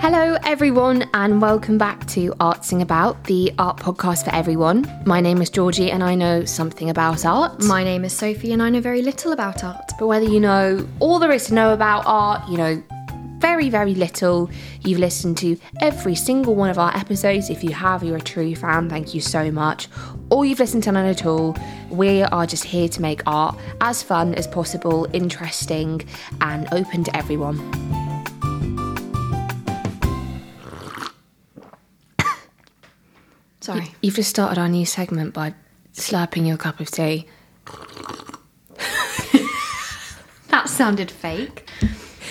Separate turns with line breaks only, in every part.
Hello, everyone, and welcome back to Artsing About, the art podcast for everyone. My name is Georgie, and I know something about art.
My name is Sophie, and I know very little about art.
But whether you know all there is to know about art, you know very, very little, you've listened to every single one of our episodes. If you have, you're a true fan. Thank you so much. Or you've listened to none at all. We are just here to make art as fun as possible, interesting, and open to everyone.
Sorry.
You've just started our new segment by slurping your cup of tea.
That sounded fake.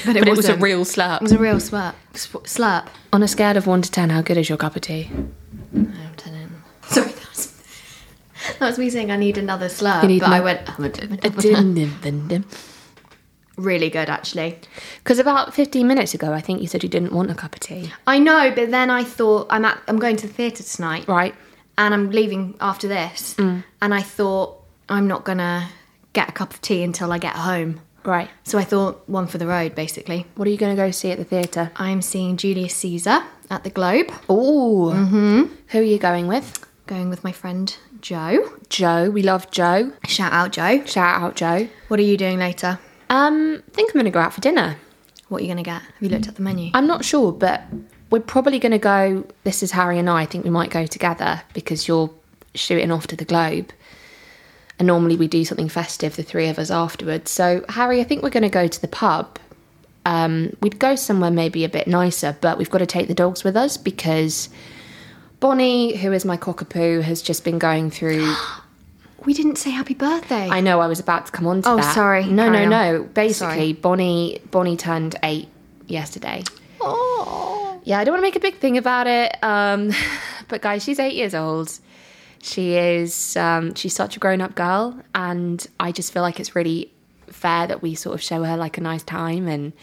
But it,
But it was a
wasn't.
real
It
slurp.
was a real slurp. Sp- slurp.
On a scale of 1 to 10, how good is your cup of tea?
I'm turning. Sorry, that was, that was me saying I need another slurp.
You need
but I
mo-
went, I'm a dim-
Because
Really good, actually.
about 15 minutes ago, I think you said you didn't want a cup of tea.
I know, but then I thought, I'm, at, I'm going to the theatre tonight.
Right.
and I'm leaving after this. And I thought, I'm not gonna get a cup of tea until I get home.
Right.
So I thought, one for the road, basically.
What are you going to go see at the theatre?
I'm seeing Julius Caesar at the Globe,
Ooh. Mm-hmm. Who are you going with?
going with my friend Joe.
Joe. We love Joe.
Shout out, Joe.
Shout out, Joe.
What are you doing later?
Um, I think I'm going to go out for dinner.
What are you gonna get? Have you looked at the menu?
I'm not sure, but we're probably going to go. This is Harry and I. I think we might go together because you're shooting off to the Globe. And normally we do something festive, the three of us afterwards. So, Harry, I think we're going to go to the pub. Um, we'd go somewhere maybe a bit nicer, but we've got to take the dogs with us because Bonnie, who is my cockapoo, has just been going through.
We didn't say happy birthday.
I know I was about to come on to
Oh,
that.
sorry.
No,
Carry
no,
on.
no. Basically,
Sorry.
Bonnie Bonnie turned eight yesterday.
oh.
Yeah, I don't want to make a big thing about it. Um, but guys, she's eight years old. She is um, she's such a grown up girl, and I just feel like it's really fair that we sort of show her like a nice time, and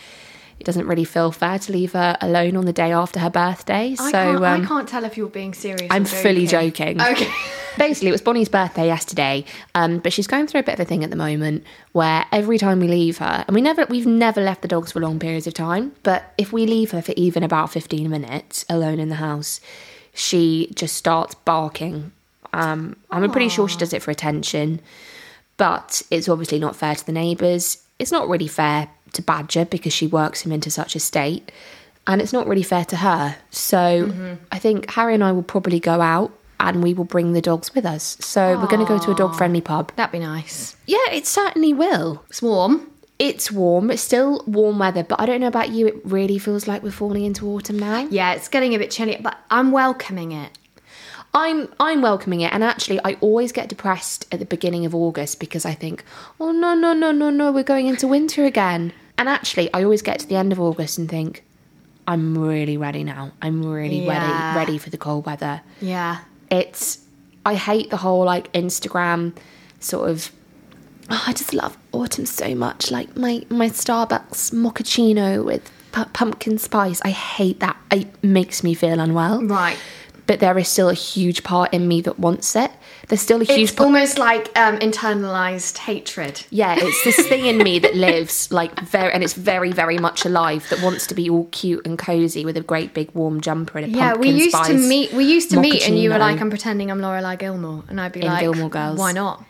it doesn't really feel fair to leave her alone on the day after her birthday.
I,
so
can't, I
um,
can't tell if you're being serious. or
I'm fully joking.
Okay.
Basically, it was Bonnie's birthday yesterday, um, but she's going through a bit of a thing at the moment where every time we leave her, and we never, we've never left the dogs for long periods of time, but if we leave her for even about 15 minutes alone in the house, she just starts barking. Um, I'm pretty sure she does it for attention, but it's obviously not fair to the neighbours. It's not really fair to Badger because she works him into such a state, and it's not really fair to her. So I think Harry and I will probably go out and we will bring the dogs with us. So we're going to go to a dog friendly pub.
That'd be nice.
Yeah, it certainly will.
It's warm.
It's warm, it's still warm weather, but I don't know about you, it really feels like we're falling into autumn now.
Yeah, it's getting a bit chilly, but I'm welcoming it.
I'm I'm welcoming it, and actually, I always get depressed at the beginning of August because I think, oh no no no no no, we're going into winter again. And actually, I always get to the end of August and think, I'm really ready now. I'm really
Yeah.
ready ready for the cold weather.
Yeah.
It's I hate the whole like Instagram sort of. Oh, I just love autumn so much. Like my my Starbucks mochaccino with pu- pumpkin spice. I hate that. It makes me feel unwell
Right.
but there is still a huge part in me that wants it. There's still a huge
It's
part.
almost like um, internalized hatred.
Yeah, it's this thing in me that lives like very, and it's very, very much alive that wants to be all cute and cozy with a great big warm jumper and a
Yeah,
pumpkin
we used to
spice
meet. We used to meet, and you were
mochaccino.
like, "I'm pretending I'm Lorelai Gilmore," and I'd be like,
Gilmore Girls.
Why not?"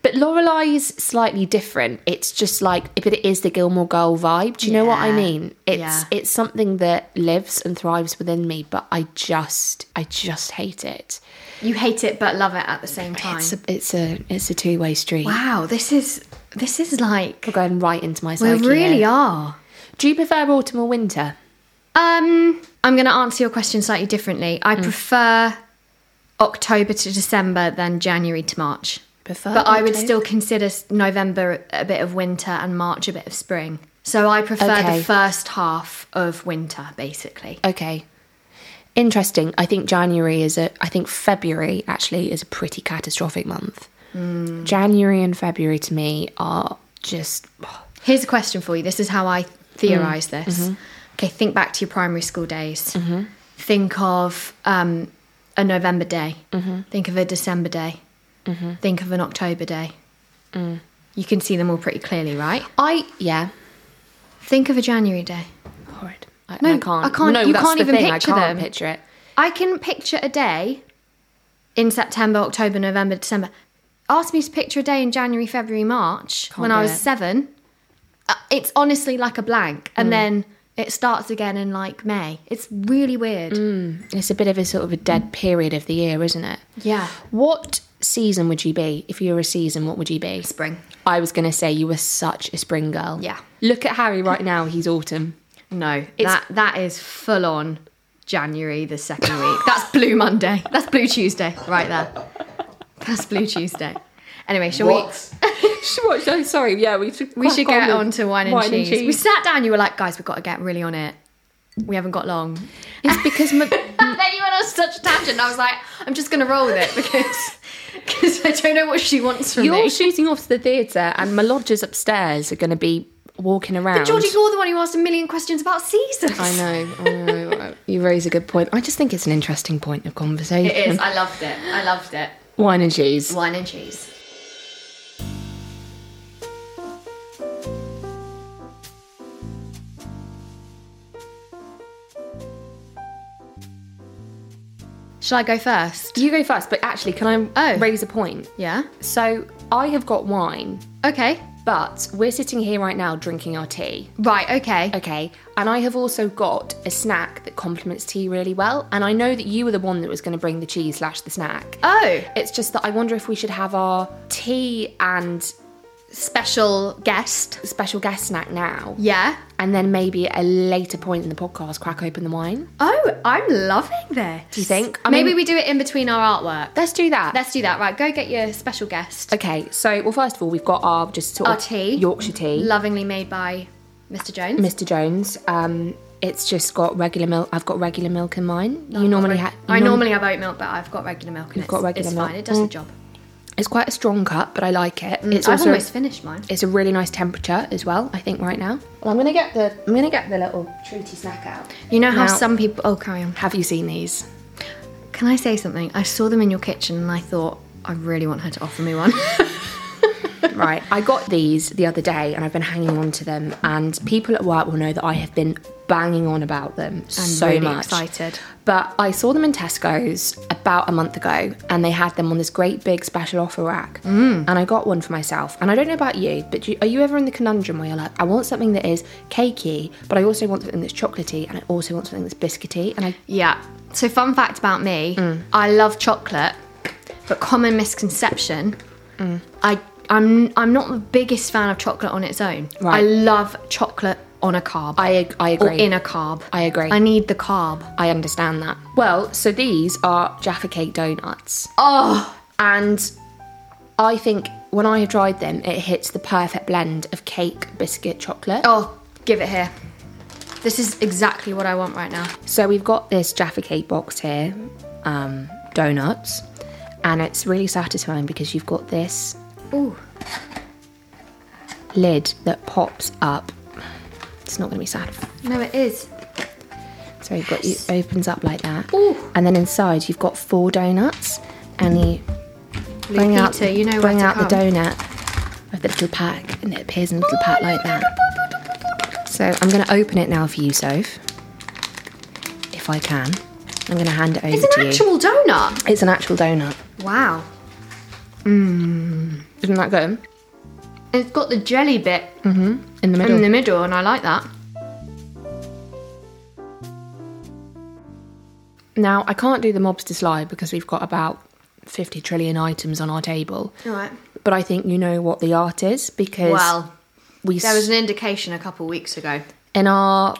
But Lorelai's slightly different. It's just like, but it is the Gilmore Girl vibe. Do you know what I
Yeah.
mean? It's
Yeah.
it's something that lives and thrives within me, but I just, I just hate it.
You hate it but love it at the same time.
It's a, it's a, it's a two way street.
wow, this is this is like
We're going right into my
we
psyche.
really
here.
are.
Do you prefer autumn or winter?
Um, I'm going to answer your question slightly differently. I prefer October to December than January to March.
Prefer
but I would
October?
still consider s- November a bit of winter and March a bit of spring. So I prefer
Okay.
the first half of winter, basically.
Okay. Interesting. I think January is a. I think February actually is a pretty catastrophic month.
Hmm.
January and February to me are just.
Here's a question for you. This is how I theorize this. Okay, think back to your primary school days. Think of um, a November day. Think of a December day. Think of an October day. You can see them all pretty clearly, right?
I yeah.
Think of a January day.
Horrid. I,
No,
I can't.
I can't-
No,
you
that's
can't
the
even
thing,
picture
I can't
them.
picture it.
I can picture a day in September, October, November, December. Ask me to picture a day in January, February, March when
do
I was
it.
seven. Uh, It's honestly like a blank, and then it starts again in like May. It's really weird.
It's a bit of a sort of a dead period of the year, isn't it?
Yeah.
What season would you be if you were a season? What would you be?
Spring.
I was going to say you were such a spring girl.
Yeah.
Look at Harry right now. He's autumn.
No, that that is full on January the second week. That's Blue Monday. That's Blue Tuesday right there. That's Blue Tuesday. Anyway, shall we?
What? No, oh, sorry. Yeah, we should.
We should
crack
get
with
on to wine, and, cheese. We sat down. You were like, guys, we've got to get really on it. We haven't got long.
It's because my,
And then you went on such a tangent. and I was like, I'm just going to roll with it because because I don't know what she wants from
you're
me.
shooting off to the theatre, and my lodgers upstairs are going to be walking around.
Georgie, you're the one who asked a million questions about seasons.
I know, I know. you raise a good point. I just think it's an interesting point of conversation.
It is. I loved it. I loved it.
Wine and cheese.
Wine and cheese. Shall I go first?
You go first, but actually, can I
Oh.
raise a point?
Yeah.
So I have got wine,
Okay.
but we're sitting here right now drinking our tea.
Right. Okay.
Okay, and I have also got a snack that complements tea really well. And I know that you were the one that was going to bring the cheese slash the snack.
Oh,
It's just that I wonder if we should have our tea and
special guest.
special guest snack now,
Yeah.
and then maybe at a later point in the podcast, crack open the wine.
Oh, I'm loving this. Do
you think? I
Maybe
mean-
we do it in between our artwork.
Let's do that.
Let's do that. Right. Go get your special guest.
okay, so well, first of all, we've got our just sort
Our
of
tea.
Yorkshire tea.
Lovingly made by Mr. Jones.
Mr. Jones. Um, it's just got regular milk. I've got regular milk in mine. you normally have.
I normally have oat milk, but I've got regular milk. Mm. And it's, it's
milk.
fine. It does the job.
It's quite a strong cup, but I like it. It's
I've
also
almost finished mine.
it's a really nice temperature as well. I think right now. Well, I'm gonna get the I'm gonna get the little treaty snack out.
You know how
Now-
some people. Oh, carry on.
Have you seen these?
Can I say something? I saw them in your kitchen, and I thought I really want her to offer me one.
right. I got these the other day, and I've been hanging on to them. And people at work will know that I have been banging on about them so
really
much.
excited.
But I saw them in Tesco's about a month ago, and they had them on this great big special offer rack. Mm. And I got one for myself. And I don't know about you, but do you, are you ever in the conundrum where you're like, I want something that is cakey, but I also want something that's chocolatey, and I also want something that's biscuity, and I
yeah. So, fun fact about me: I love chocolate, but common misconception. I I'm I'm not the biggest fan of chocolate on its own. I
Right.
love chocolate on a carb.
I ag- I
or
agree.
in a carb.
I agree.
I need the carb.
I understand that. Well, so these are Jaffa cake donuts.
Oh,
And I think when I have tried them, it hits the perfect blend of cake, biscuit, chocolate.
oh, give it here. This is exactly what I want right now.
So we've got this Jaffa cake box here, um, donuts, and it's really satisfying because you've got this
Ooh.
lid that pops up. It's not going to be sad.
No, it is.
So you've got it opens up like that,
Ooh.
and then inside you've got four donuts, and you bring out
Lupita, you know where
bring
to
out the
come.
donut with the little pack, and it appears in a little pack like that. So I'm going to open it now for you, Soph, if I can. I'm going to hand it over
It's
to
an
you.
actual donut.
It's an actual donut.
Wow.
Isn't that good?
It's got the jelly bit
In the middle.
in the middle, and I like that.
now, I can't do the mobster slide because we've got about 50 trillion items on our table.
All right.
But I think you know what the art is because
Well,
we
there was
s-
an indication a couple weeks ago.
in our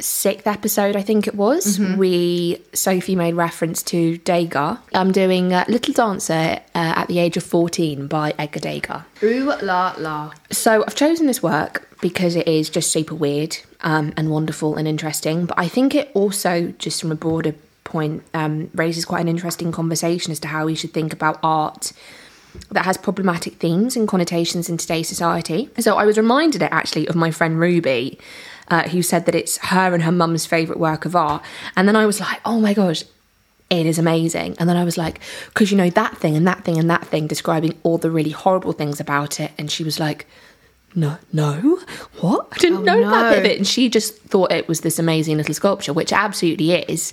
sixth episode, I think it was, we Sophie made reference to Degas. I'm doing uh, Little Dancer uh, at the age of 14 by Edgar Degas.
Ooh la la.
So I've chosen this work because it is just super weird um, and wonderful and interesting. But I think it also, just from a broader point, um, raises quite an interesting conversation as to how we should think about art that has problematic themes and connotations in today's society. So I was reminded actually of my friend Ruby. Uh, who said that it's her and her mum's favourite work of art? And then I was like, oh my gosh, it is amazing. And then I was like, because you know, that thing and that thing and that thing, describing all the really horrible things about it. And she was like, no, no, what? I didn't
Oh,
know that bit of
no.
it. And she just thought it was this amazing little sculpture, which it absolutely is.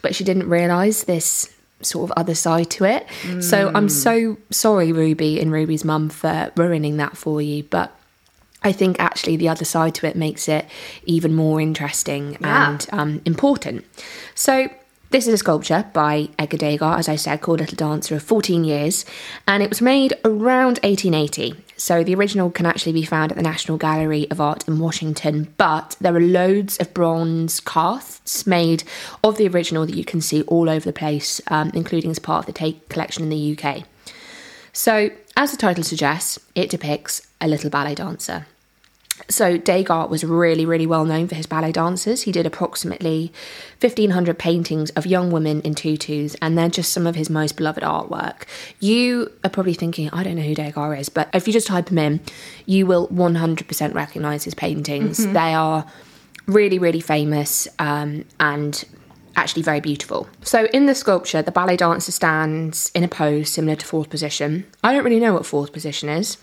But she didn't realise this sort of other side to it. So
Hmm.
I'm so sorry, Ruby and Ruby's mum, for ruining that for you. But I think actually the other side to it makes it even more interesting
Yeah.
and um, important. So this is a sculpture by Edgar Degas, as I said, called Little Dancer of 14 Years, and it was made around 1880. So the original can actually be found at the National Gallery of Art in Washington, but there are loads of bronze casts made of the original that you can see all over the place, um, including as part of the Tate collection in the UK. So, as the title suggests, it depicts a little ballet dancer. So, Degas was really, really well known for his ballet dancers. He did approximately 1,500 paintings of young women in tutus, and they're just some of his most beloved artwork. You are probably thinking, I don't know who Degas is, but if you just type him in, you will 100% recognize his paintings. They are really, really famous um, and actually very beautiful. So in the sculpture, the ballet dancer stands in a pose similar to fourth position. I don't really know what fourth position is,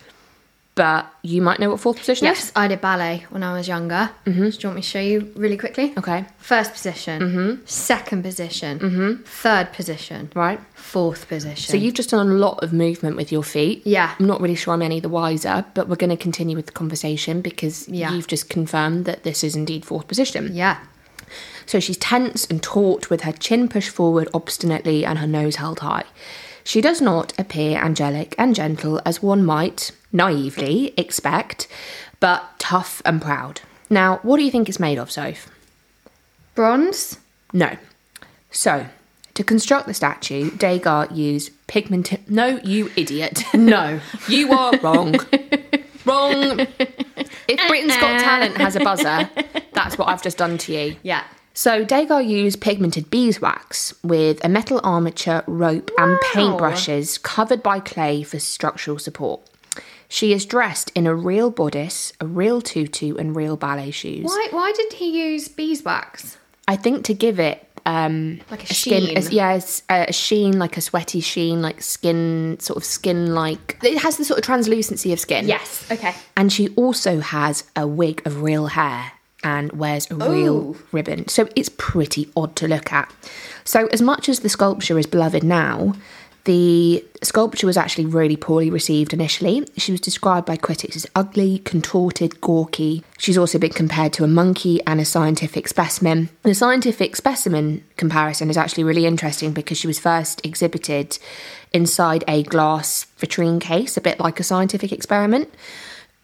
but you might know what fourth position
Yes,
is.
I did ballet when I was younger. Mm-hmm. Do you want me to show you really quickly?
Okay,
First position, second position, third position,
right.
fourth position.
So you've just done a lot of movement with your feet.
Yeah.
I'm not really sure I'm any the wiser, but we're going to continue with the conversation because
Yeah.
you've just confirmed that this is indeed fourth position.
yeah,
So she's tense and taut with her chin pushed forward obstinately and her nose held high. She does not appear angelic and gentle as one might naively expect, but tough and proud. Now, what do you think it's made of, Soph?
bronze.
No. So, to construct the statue, Degas used pigmented. No, you idiot.
No,
You are wrong. wrong. If Britain's Got Talent has a buzzer, that's what I've just done to you.
yeah,
So Degas used pigmented beeswax with a metal armature, rope, and paintbrushes covered by clay for structural support. She is dressed in a real bodice, a real tutu, and real ballet shoes.
why? Why did he use beeswax?
I think to give it um,
Like a e- sheen.
yes, yeah, it's uh, a a sheen, like a sweaty sheen, like skin, sort of skin like. It has the sort of translucency of skin.
Yes. Okay.
And she also has a wig of real hair and wears a real
Ooh.
ribbon. So it's pretty odd to look at. So, as much as the sculpture is beloved now, the sculpture was actually really poorly received initially. She was described by critics as ugly, contorted, gawky. She's also been compared to a monkey and a scientific specimen. The scientific specimen comparison is actually really interesting because she was first exhibited inside a glass vitrine case, a bit like a scientific experiment.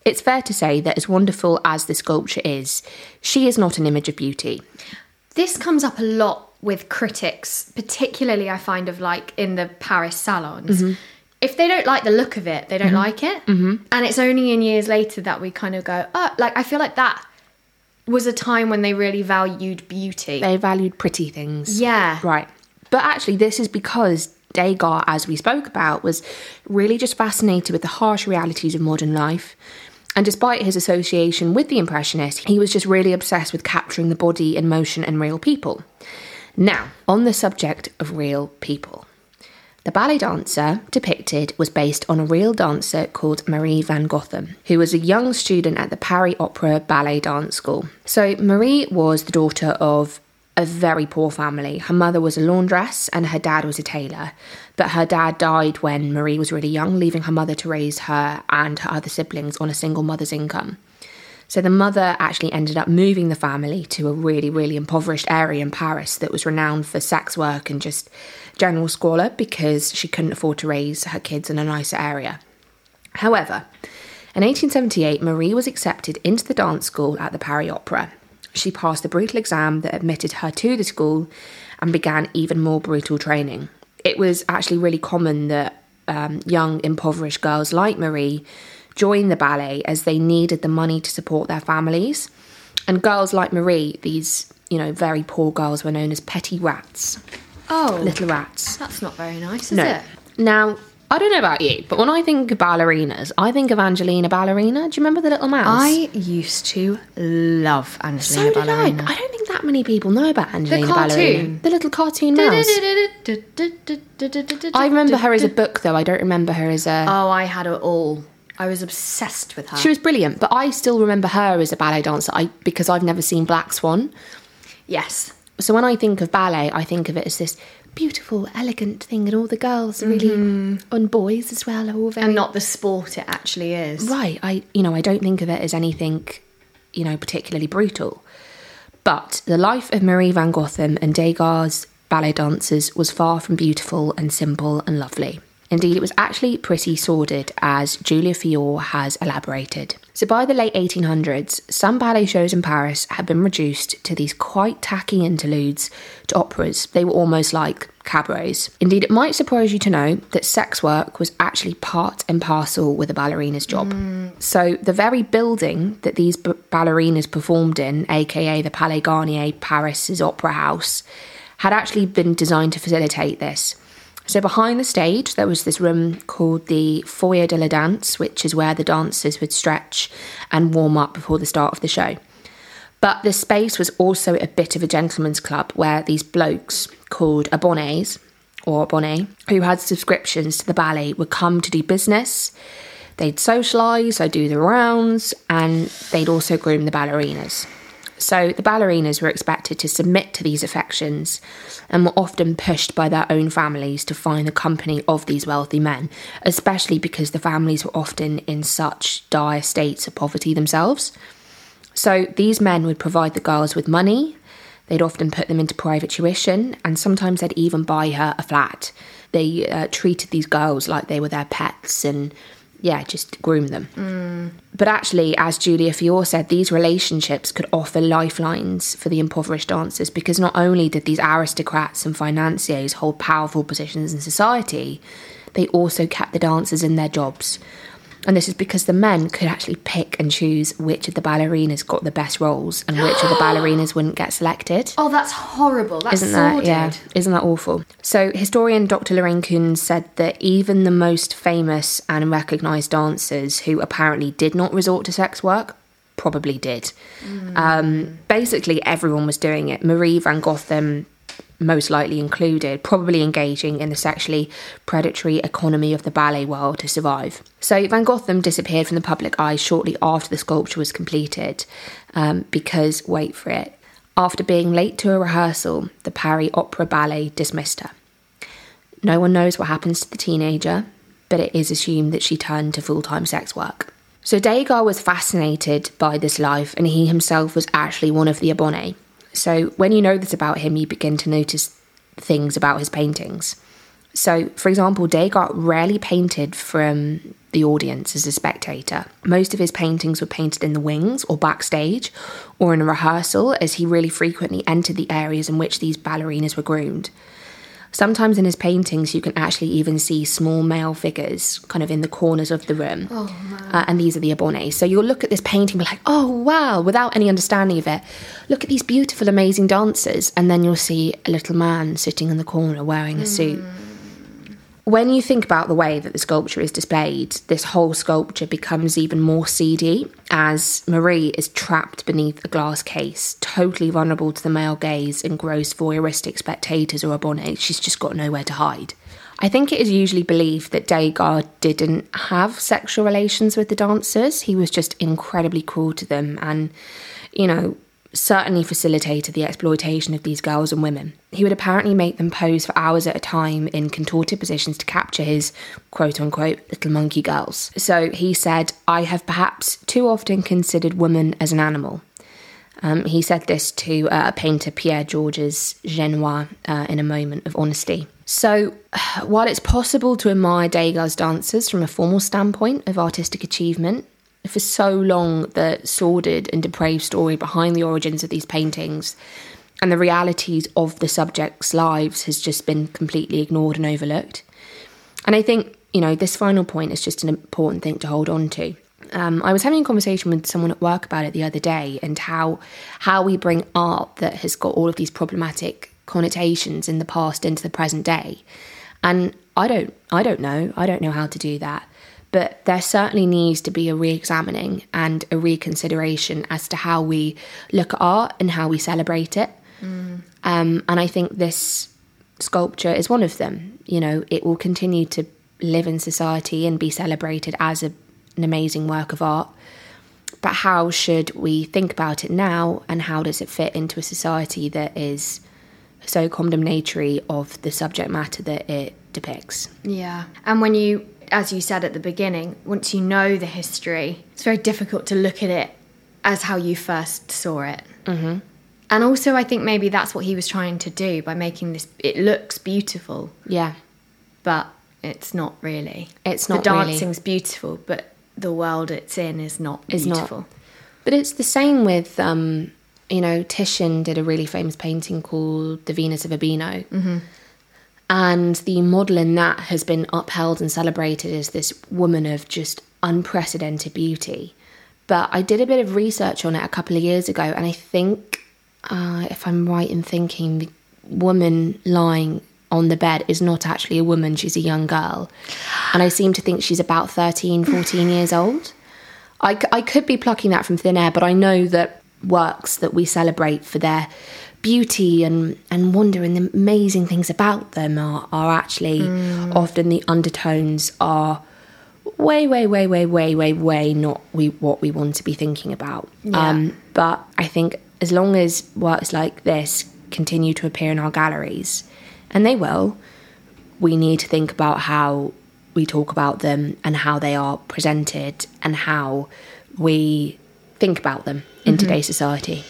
It's fair to say that as wonderful as the sculpture is, she is not an image of beauty.
This comes up a lot with critics, particularly I find of like in the Paris salons.
Mm-hmm.
If they don't like the look of it, they don't like it. Mm-hmm. And it's only in years later that we kind of go, oh, like I feel like that was a time when they really valued beauty.
They valued pretty things.
yeah.
Right. But actually, this is because Degas, as we spoke about, was really just fascinated with the harsh realities of modern life. And despite his association with the Impressionists, he was just really obsessed with capturing the body in motion and real people. Now, on the subject of real people. The ballet dancer depicted was based on a real dancer called Marie Van Gotham, who was a young student at the Paris Opera Ballet Dance School. So, Marie was the daughter of a very poor family. Her mother was a laundress and her dad was a tailor. But her dad died when Marie was really young, leaving her mother to raise her and her other siblings on a single mother's income. So the mother actually ended up moving the family to a really, really impoverished area in Paris that was renowned for sex work and just general squalor because she couldn't afford to raise her kids in a nicer area. However, in 1878, Marie was accepted into the dance school at the Paris Opera. She passed the brutal exam that admitted her to the school and began even more brutal training. It was actually really common that um, young, impoverished girls like Marie joined the ballet as they needed the money to support their families. And girls like Marie, these, you know, very poor girls were known as petty rats,
Oh,
little rats.
that's not very nice, is
No.
it?
Now, I don't know about you, but when I think of ballerinas, I think of Angelina Ballerina. Do you remember the little mouse?
I used to love
so
Angelina
did
Ballerina.
I. I don't think that many people know about Angelina Ballerina.
cartoon.
The little cartoon mouse.
Uh,
I remember her as a book, though. I don't remember her as a.
Oh, I had it all. I was obsessed with her.
She was brilliant, but I still remember her as a ballet dancer I, because I've never seen Black Swan.
yes.
So when I think of ballet, I think of it as this beautiful, elegant thing, and all the girls are really,
Mm-hmm.
and boys as well, are all very
And not the sport it actually is.
Right. I you know, I don't think of it as anything, you know, particularly brutal. But the life of Marie van Gotham and Degas ballet dancers was far from beautiful and simple and lovely. Indeed, it was actually pretty sordid, as Julia Fior has elaborated. So, by the late 1800s, some ballet shows in Paris had been reduced to these quite tacky interludes to operas. They were almost like cabarets. Indeed, it might surprise you to know that sex work was actually part and parcel with a ballerina's job. So, the very building that these b- ballerinas performed in, aka the Palais Garnier, Paris's opera house, had actually been designed to facilitate this. So, behind the stage, there was this room called the Foyer de la Danse, which is where the dancers would stretch and warm up before the start of the show. But the space was also a bit of a gentleman's club where these blokes called abonnés or abonnés who had subscriptions to the ballet would come to do business. They'd socialise, they'd do the rounds, and they'd also groom the ballerinas. So the ballerinas were expected to submit to these affections and were often pushed by their own families to find the company of these wealthy men, especially because the families were often in such dire states of poverty themselves. So these men would provide the girls with money. They'd often put them into private tuition, and sometimes they'd even buy her a flat. They uh, treated these girls like they were their pets and, yeah, just groomed them. But actually, as Julia Fior said, these relationships could offer lifelines for the impoverished dancers because not only did these aristocrats and financiers hold powerful positions in society, they also kept the dancers in their jobs. And this is because the men could actually pick and choose which of the ballerinas got the best roles and which of the ballerinas wouldn't get selected.
Oh, that's horrible. That's
Isn't that
sordid.
yeah? Isn't that awful? So historian Dr. Lorraine Kuhn said that even the most famous and recognised dancers who apparently did not resort to sex work probably did. Um, basically, everyone was doing it. Marie van Gotham, most likely included, probably engaging in the sexually predatory economy of the ballet world to survive. So, Van Gotham disappeared from the public eye shortly after the sculpture was completed um, because, wait for it, after being late to a rehearsal, the Paris Opera Ballet dismissed her. No one knows what happens to the teenager, but it is assumed that she turned to full time sex work. So Degas was fascinated by this life, and he himself was actually one of the Abonne. So when you know this about him, you begin to notice things about his paintings. So, for example, Degas rarely painted from the audience as a spectator. Most of his paintings were painted in the wings or backstage or in a rehearsal, as he really frequently entered the areas in which these ballerinas were groomed. Sometimes in his paintings, you can actually even see small male figures kind of in the corners of the room. Uh, and these are the abonnés. So you'll look at this painting and be like, oh, wow, without any understanding of it. Look at these beautiful, amazing dancers. And then you'll see a little man sitting in the corner wearing a suit. When you think about the way that the sculpture is displayed, this whole sculpture becomes even more seedy as Marie is trapped beneath a glass case, totally vulnerable to the male gaze and gross voyeuristic spectators or abonnés. She's just got nowhere to hide. I think it is usually believed that Degas didn't have sexual relations with the dancers. He was just incredibly cruel to them and, you know, certainly facilitated the exploitation of these girls and women. He would apparently make them pose for hours at a time in contorted positions to capture his quote unquote little monkey girls. So he said, I have perhaps too often considered woman as an animal. Um, he said this to uh, painter Pierre Georges Genois uh, in a moment of honesty. So, while it's possible to admire Degas' dancers from a formal standpoint of artistic achievement, for so long the sordid and depraved story behind the origins of these paintings and the realities of the subjects' lives has just been completely ignored and overlooked. And I think, you know, this final point is just an important thing to hold on to. Um, I was having a conversation with someone at work about it the other day and how how we bring art that has got all of these problematic connotations in the past into the present day. And I don't I don't know. I don't know how to do that. But there certainly needs to be a re examining and a reconsideration as to how we look at art and how we celebrate it. Um, and I think this sculpture is one of them. You know, it will continue to live in society and be celebrated as a an amazing work of art. But how should we think about it now, and how does it fit into a society that is so condemnatory of the subject matter that it depicts?
Yeah. And when you, as you said at the beginning, once you know the history, it's very difficult to look at it as how you first saw it. Mm-hmm. And also, I think maybe that's what he was trying to do by making this. It looks beautiful,
Yeah,
but it's not really.
It's
the
not really.
dancing's beautiful, but the world it's in is not
It's not.
beautiful.
But it's the same with, um, you know, Titian did a really famous painting called The Venus of Urbino. And the model in that has been upheld and celebrated as this woman of just unprecedented beauty. But I did a bit of research on it a couple of years ago, and I think, uh, if I'm right in thinking, the woman lying on the bed is not actually a woman, she's a young girl. And I seem to think she's about 13, 14 years old. I, c- I could be plucking that from thin air, but I know that works that we celebrate for their beauty and, and wonder and the amazing things about them are, are actually often the undertones are way, way, way, way, way, way, way not we, what we want to be thinking about. Um, but I think as long as works like this continue to appear in our galleries, and they will, we need to think about how we talk about them and how they are presented and how we think about them in today's society.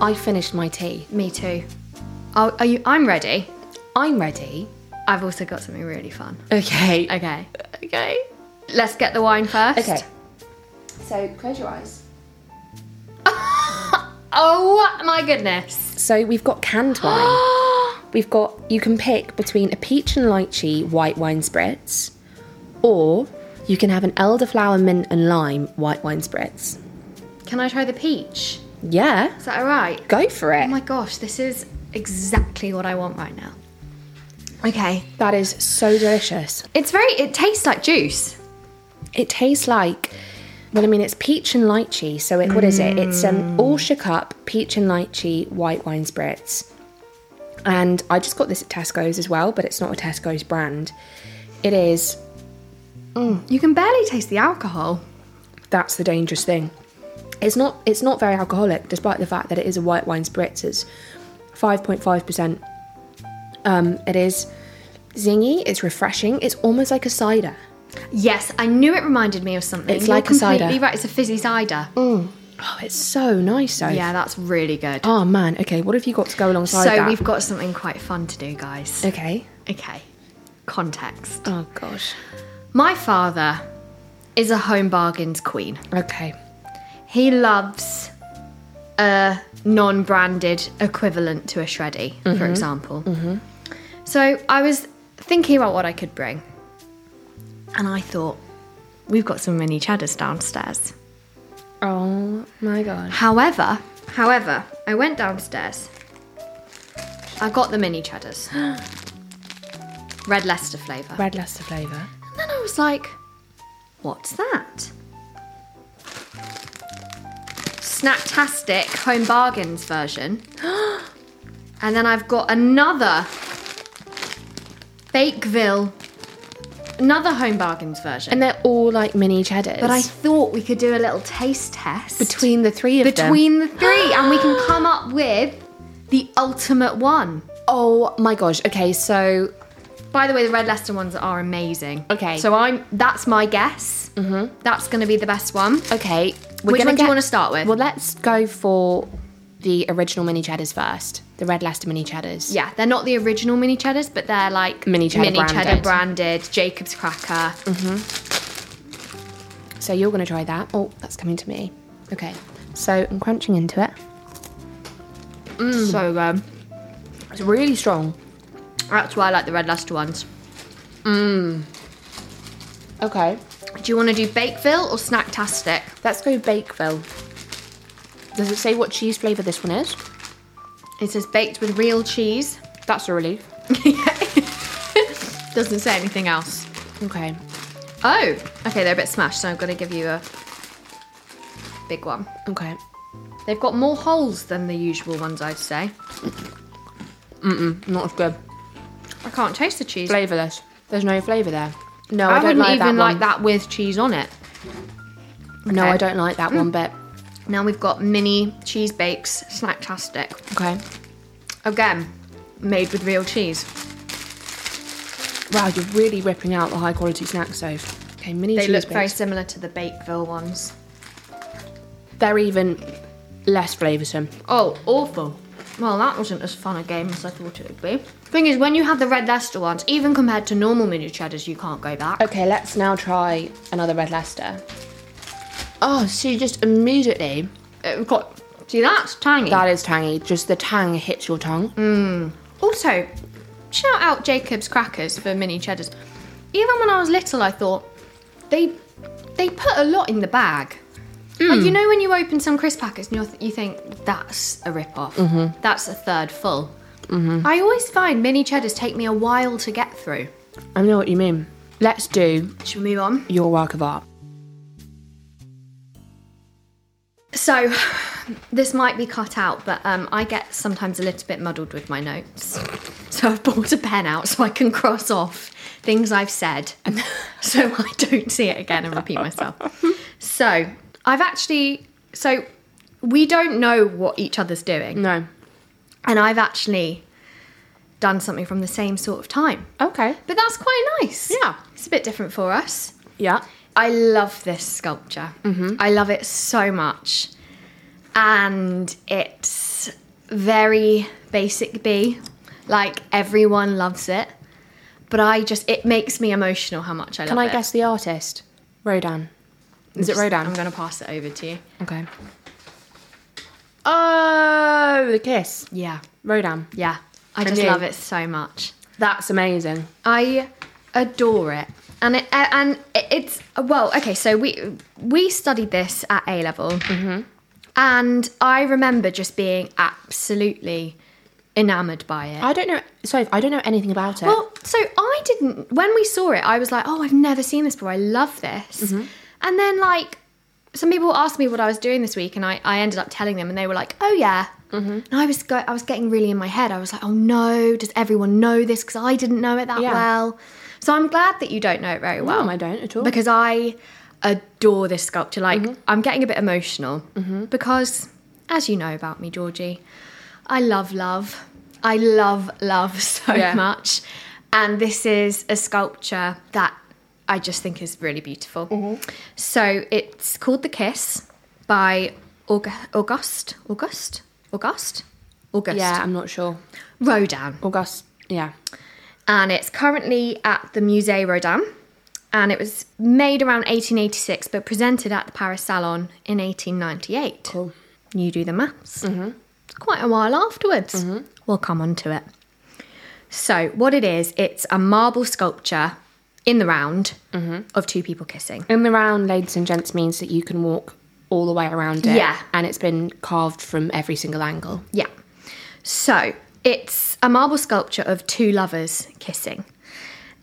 I finished my tea.
Me too. Are, are you? I'm ready.
I'm ready.
I've also got something really fun.
Okay.
Okay,
Okay.
let's get the wine first.
Okay. So close your eyes.
Oh my goodness.
So we've got canned wine. We've got you can pick between a peach and lychee white wine spritz, or you can have an elderflower mint and lime white wine spritz.
Can I try the peach?
Yeah,
Is that all right?
go for it.
Oh my gosh, this is exactly what I want right now. Okay.
that is so delicious.
It's very, it tastes like juice.
It tastes like well, I mean it's peach and lychee, so it what is it? It's um all shook up peach and lychee white wine spritz. And I just got this at Tesco's as well, but it's not a Tesco's brand. It is
You can barely taste the alcohol.
that's the dangerous thing. It's not it's not very alcoholic, despite the fact that it is a white wine spritz. It's five point five percent. Um, it is zingy. It's refreshing. It's almost like a cider.
Yes, I knew it reminded me of something.
It's like a cider.
completely right, it's a fizzy cider.
Oh, it's so nice. though.
Yeah, that's really good.
Oh man. Okay. What have you got to go alongside
so
that?
we've got something quite fun to do, guys.
okay.
Okay. Context.
Oh gosh.
My father is a home bargains queen.
Okay.
He loves a non branded equivalent to a shreddy, for example. So I was thinking about what I could bring. And I thought, we've got some mini cheddars downstairs.
Oh my god.
However, however, I went downstairs. I got the mini cheddars. Red Leicester flavour.
Red Leicester flavour.
And then I was like, what's that? Snacktastic home bargains version. and then I've got another Bakeville, another home bargains version.
And they're all like mini cheddars.
but I thought we could do a little taste test
between the three of them.
between the three and we can come up with the ultimate one.
Oh my gosh. Okay. So
By the way, the Red Leicester ones are amazing.
Okay.
So I'm that's my guess. Mm-hmm. That's going to be the best one.
Okay, we're
Which
gonna
one do you
get-
wanna start with?
Well, let's go for the original mini cheddars first. The Red Leicester mini cheddars.
Yeah, they're not the original mini cheddars, but they're like
Mini cheddar Mm.
cheddar branded, Jacob's cracker.
So you're gonna try that. Oh, that's coming to me. Okay. So I'm crunching into it.
So um,
It's really strong.
that's why I like the Red Leicester ones.
Okay.
Do you want to do Bakeville or Snacktastic?
Let's go Bakeville. Does it say what cheese flavour this one is?
It says baked with real cheese.
That's a relief.
Doesn't say anything else.
Okay.
Oh, okay, they're a bit smashed, so I'm going to give you a big one.
Okay.
They've got more holes than the usual ones, I'd say.
Not as good.
I can't taste the cheese.
Flavourless. There's no flavour there. No, I,
I,
don't
wouldn't
like
even
that
like
one.
that with cheese on it.
No,
Okay.
I don't like that one bit.
Now we've got mini cheese bakes, snacktastic.
Okay.
Again, made with real cheese.
Wow, you're really ripping out the high quality snacks, Soph. Okay, mini
They
cheese
look very
bakes.
similar to the Bakeville ones.
They're even less flavoursome.
Oh, awful. Well, that wasn't as fun a game as I thought it would be. Thing is, when you have the Red Leicester ones, even compared to normal mini cheddars, you can't go back.
Okay, let's now try another Red Leicester. Oh, see, just immediately,
It got, see, that's tangy.
that is tangy. Just the tang hits your tongue.
Mm. Also, shout out Jacob's Crackers for mini cheddars. Even when I was little, I thought they they put a lot in the bag. Like you know when you open some crisp packets and you th- you think that's a rip off. That's a third full. I always find mini cheddars take me a while to get through.
I know what you mean. Let's do
Should we move on?
your work of art.
So, this might be cut out, but um, I get sometimes a little bit muddled with my notes. So, I've brought a pen out so I can cross off things I've said so I don't see it again and repeat myself. So, I've actually, so we don't know what each other's doing,
No.
and I've actually done something from the same sort of time.
Okay.
But that's quite nice.
Yeah.
It's a bit different for us.
Yeah.
I love this sculpture.
Mm-hmm.
I love it so much. And it's very basic B. Like everyone loves it. But I just it makes me emotional how much I
Can
love
I
it.
guess the artist? Rodan. Is it
Just- I'm
Rodan?
gonna pass it over to you.
Okay. Oh, the kiss.
Yeah.
Rodan.
Yeah. I
And
just
you?
love it so much.
That's amazing.
I adore it. And it, a- and it- it's well, okay. So we we studied this at A level, and I remember just being absolutely enamored by it.
I don't know. Sorry, I don't know anything about it.
Well, so I didn't. When we saw it, I was like, "Oh, I've never seen this before. I love this."
Mm-hmm.
And then, like, some people asked me what I was doing this week, and I, I ended up telling them, and they were like, "Oh yeah."
Mm-hmm.
And I was go- I was getting really in my head. I was like, "Oh no, does everyone know this?" Because I didn't know it that
Yeah.
well. So I'm glad that you don't know it very well.
no, I don't at all.
Because I adore this sculpture. Like,
Mm-hmm.
I'm getting a bit emotional because, as you know about me, Georgie, I love love. I love love so
Yeah.
much. And this is a sculpture that I just think is really beautiful.
Mm-hmm.
So it's called The Kiss by Aug- August. August? August? August.
yeah, I'm not sure.
Rodin
August. Yeah.
and it's currently at the Musée Rodin. And it was made around 1886, but presented at the Paris Salon in 1898.
Cool.
You do the maths. Mm-hmm. Quite a while afterwards. We'll come on to it. So, what it is, it's a marble sculpture in the round of two people kissing.
In the round, ladies and gents, means that you can walk all the way around it.
Yeah.
And it's been carved from every single angle.
Yeah. So it's a marble sculpture of two lovers kissing.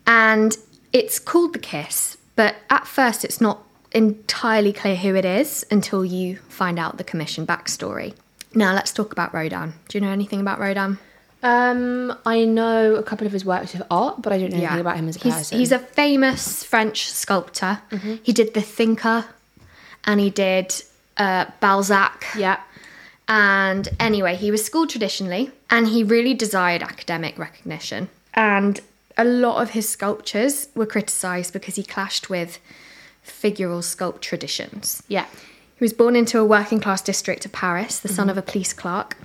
And it's called The Kiss, but at first it's not entirely clear who it is until you find out the commission backstory. Now let's talk about Rodin. Do you know anything about Rodin?
Um, I know a couple of his works of art, but I don't know anything about him as a
he's,
person. Mm-hmm.
He's a famous French sculptor. He did The Thinker and he did uh, Balzac.
yeah.
And anyway, he was schooled traditionally and he really desired academic recognition. And a lot of his sculptures were criticised because he clashed with figural sculpt traditions.
Yeah.
He was born into a working class district of Paris, the son of a police clerk,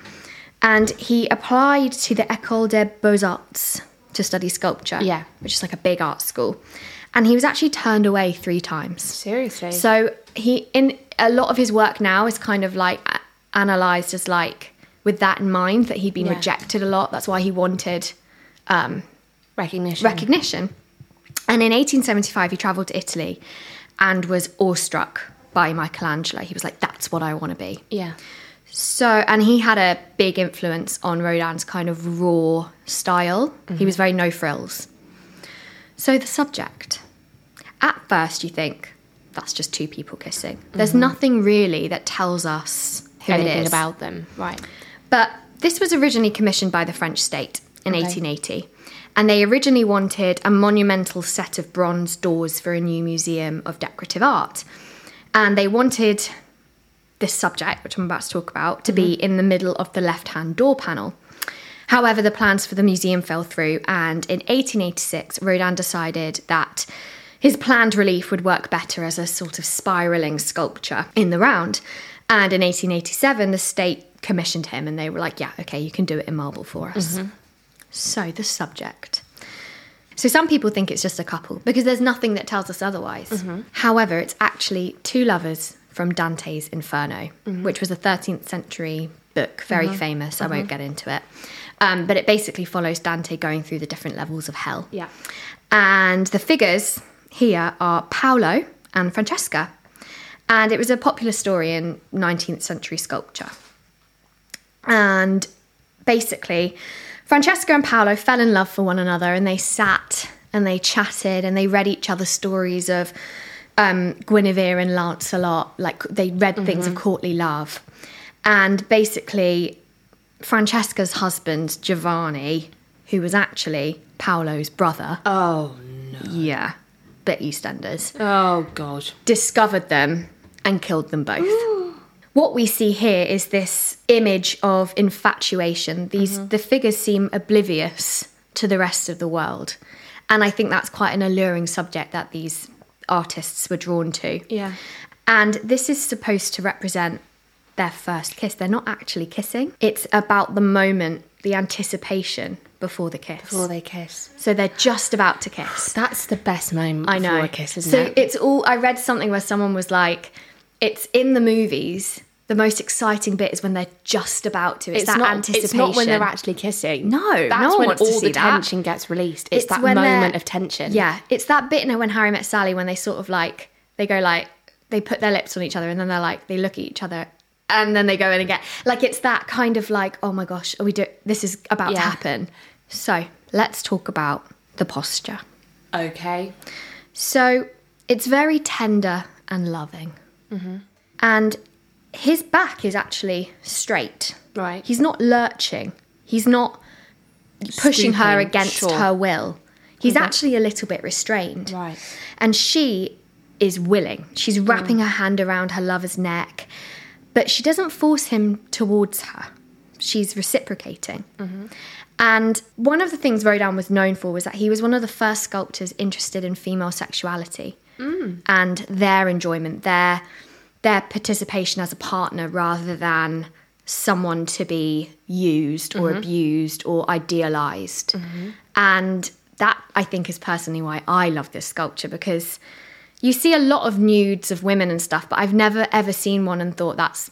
and he applied to the École des Beaux Arts to study sculpture,
Yeah.
which is like a big art school. And he was actually turned away three times.
Seriously.
So he in a lot of his work now is kind of like a- analyzed as like with that in mind that he'd been
Yeah.
rejected a lot. That's why he wanted
recognition.
recognition. And in 1875, he travelled to Italy and was awestruck by Michelangelo. He was like, "That's what I want to be."
yeah.
So, and he had a big influence on Rodin's kind of raw style.
Mm-hmm.
He was very no frills. So, the subject. At first, you think that's just two people kissing. There's nothing really that tells us who it
Mm-hmm. Anything
is.
about them. Right.
But this was originally commissioned by the French state in 1880. And they originally wanted a monumental set of bronze doors for a new museum of decorative art. And they wanted this subject, which I'm about to talk about, to be in the middle of the left hand door panel. However, the plans for the museum fell through, and in 1886, Rodin decided that his planned relief would work better as a sort of spiraling sculpture in the round. And in 1887, the state commissioned him, and they were like, Yeah, okay, you can do it in marble for us. So, the subject. So, some people think it's just a couple because there's nothing that tells us otherwise. However, it's actually two lovers from Dante's Inferno, which was a 13th century book, very famous. I won't get into it. Um, but it basically follows Dante going through the different levels of hell.
Yeah.
And the figures here are Paolo and Francesca. And it was a popular story in 19th century sculpture. And basically, Francesca and Paolo fell in love for one another and they sat and they chatted and they read each other stories of um, Guinevere and Lancelot. Like they read things
Mm-hmm.
of courtly love. And basically, Francesca's husband, Giovanni, who was actually Paolo's brother,
Oh no.
yeah, but EastEnders,
Oh god.
discovered them and killed them both. what we see here is this image of infatuation. These
Mm-hmm.
the figures seem oblivious to the rest of the world. And I think that's quite an alluring subject that these artists were drawn to.
Yeah.
And this is supposed to represent their first kiss. They're not actually kissing. It's about the moment, the anticipation before the kiss.
Before they kiss.
So they're just about to kiss.
That's the best moment
I know.
before a kiss, isn't
so
it?
it's all. I read something where someone was like, "It's in the movies. The most exciting bit is when they're just about to. It's, that anticipation.
It's not when they're actually kissing. that's
No, no one
when
wants to
all
see
the
that.
tension gets released. It's,
It's
that
when they're-
moment of tension.
Yeah, it's that bit. You know, when Harry met Sally, when they sort of like they go like they put their lips on each other, and then they're like they look at each other. And then they go in again. Like it's that kind of like, oh my gosh, are we do this is about to
Yeah.
happen. So let's talk about the posture.
Okay.
So it's very tender and loving.
Mm-hmm.
And his back is actually straight.
Right.
He's not lurching. He's not pushing her
Stooping,
against
sure. Mm-hmm.
her will. He's actually a little bit restrained.
Right. Mm.
And she is willing. She's wrapping her hand around her lover's neck, but she doesn't force him towards her. She's reciprocating. And one of the things Rodin was known for was that he was one of the first sculptors interested in female sexuality and their enjoyment, their their participation as a partner rather than someone to be used or abused or idealized. And that I think is personally why I love this sculpture because you see a lot of nudes of women and stuff, but I've never ever seen one and thought that's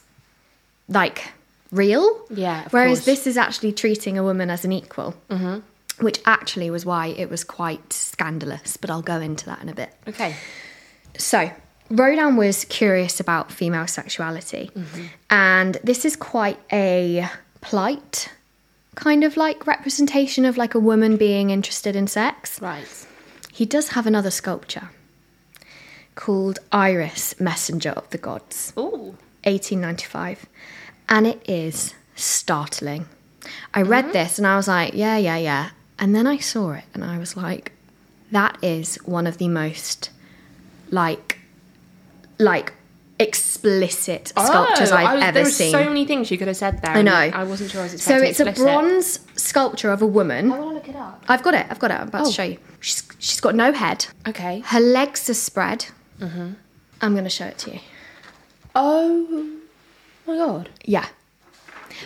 like real.
Yeah, of
Whereas
course.
this is actually treating a woman as an equal, mm-hmm. which actually was why it was quite scandalous. But I'll go into that in a bit.
Okay.
So, Rodin was curious about female sexuality,
Mm-hmm.
and this is quite a plight kind of like representation of like a woman being interested in sex.
Right.
He does have another sculpture called Iris, Messenger of the Gods.
Ooh.
1895 and it is startling i read
Mm-hmm.
this and i was like yeah yeah yeah and then i saw it and i was like that is one of the most like like explicit sculptures i've ever
Oh, there
seen
so many things you could have said there.
i
and
know
I wasn't sure I was
so
expecting
it's a
explicit.
bronze sculpture of a woman
I want to look it up.
i've got it i've got it i'm about
Oh.
to show you she's, she's got no head
Okay.
her legs are spread
Mm-hmm.
i'm going to show it to you
Oh my god.
Yeah.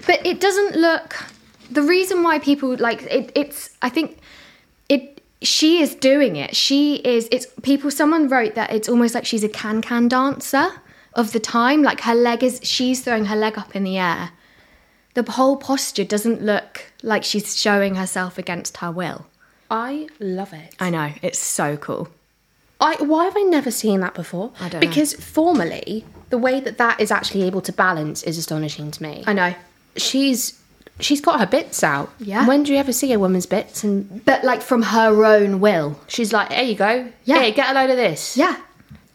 But it doesn't look the reason why people like it it's I think it she is doing it. She is it's people someone wrote that it's almost like she's a can-can dancer of the time like her leg is she's throwing her leg up in the air. The whole posture doesn't look like she's showing herself against her will.
I love it.
I know, it's so cool.
I why have I never seen that before?
I don't know.
Because formally, the way that that is actually able to balance is astonishing to me.
I know.
she's she's got her bits out.
Yeah.
When do you ever see a woman's bits? And
But like from her own will.
she's like, "There you go.
Yeah.
Yeah, get a load of this."
Yeah.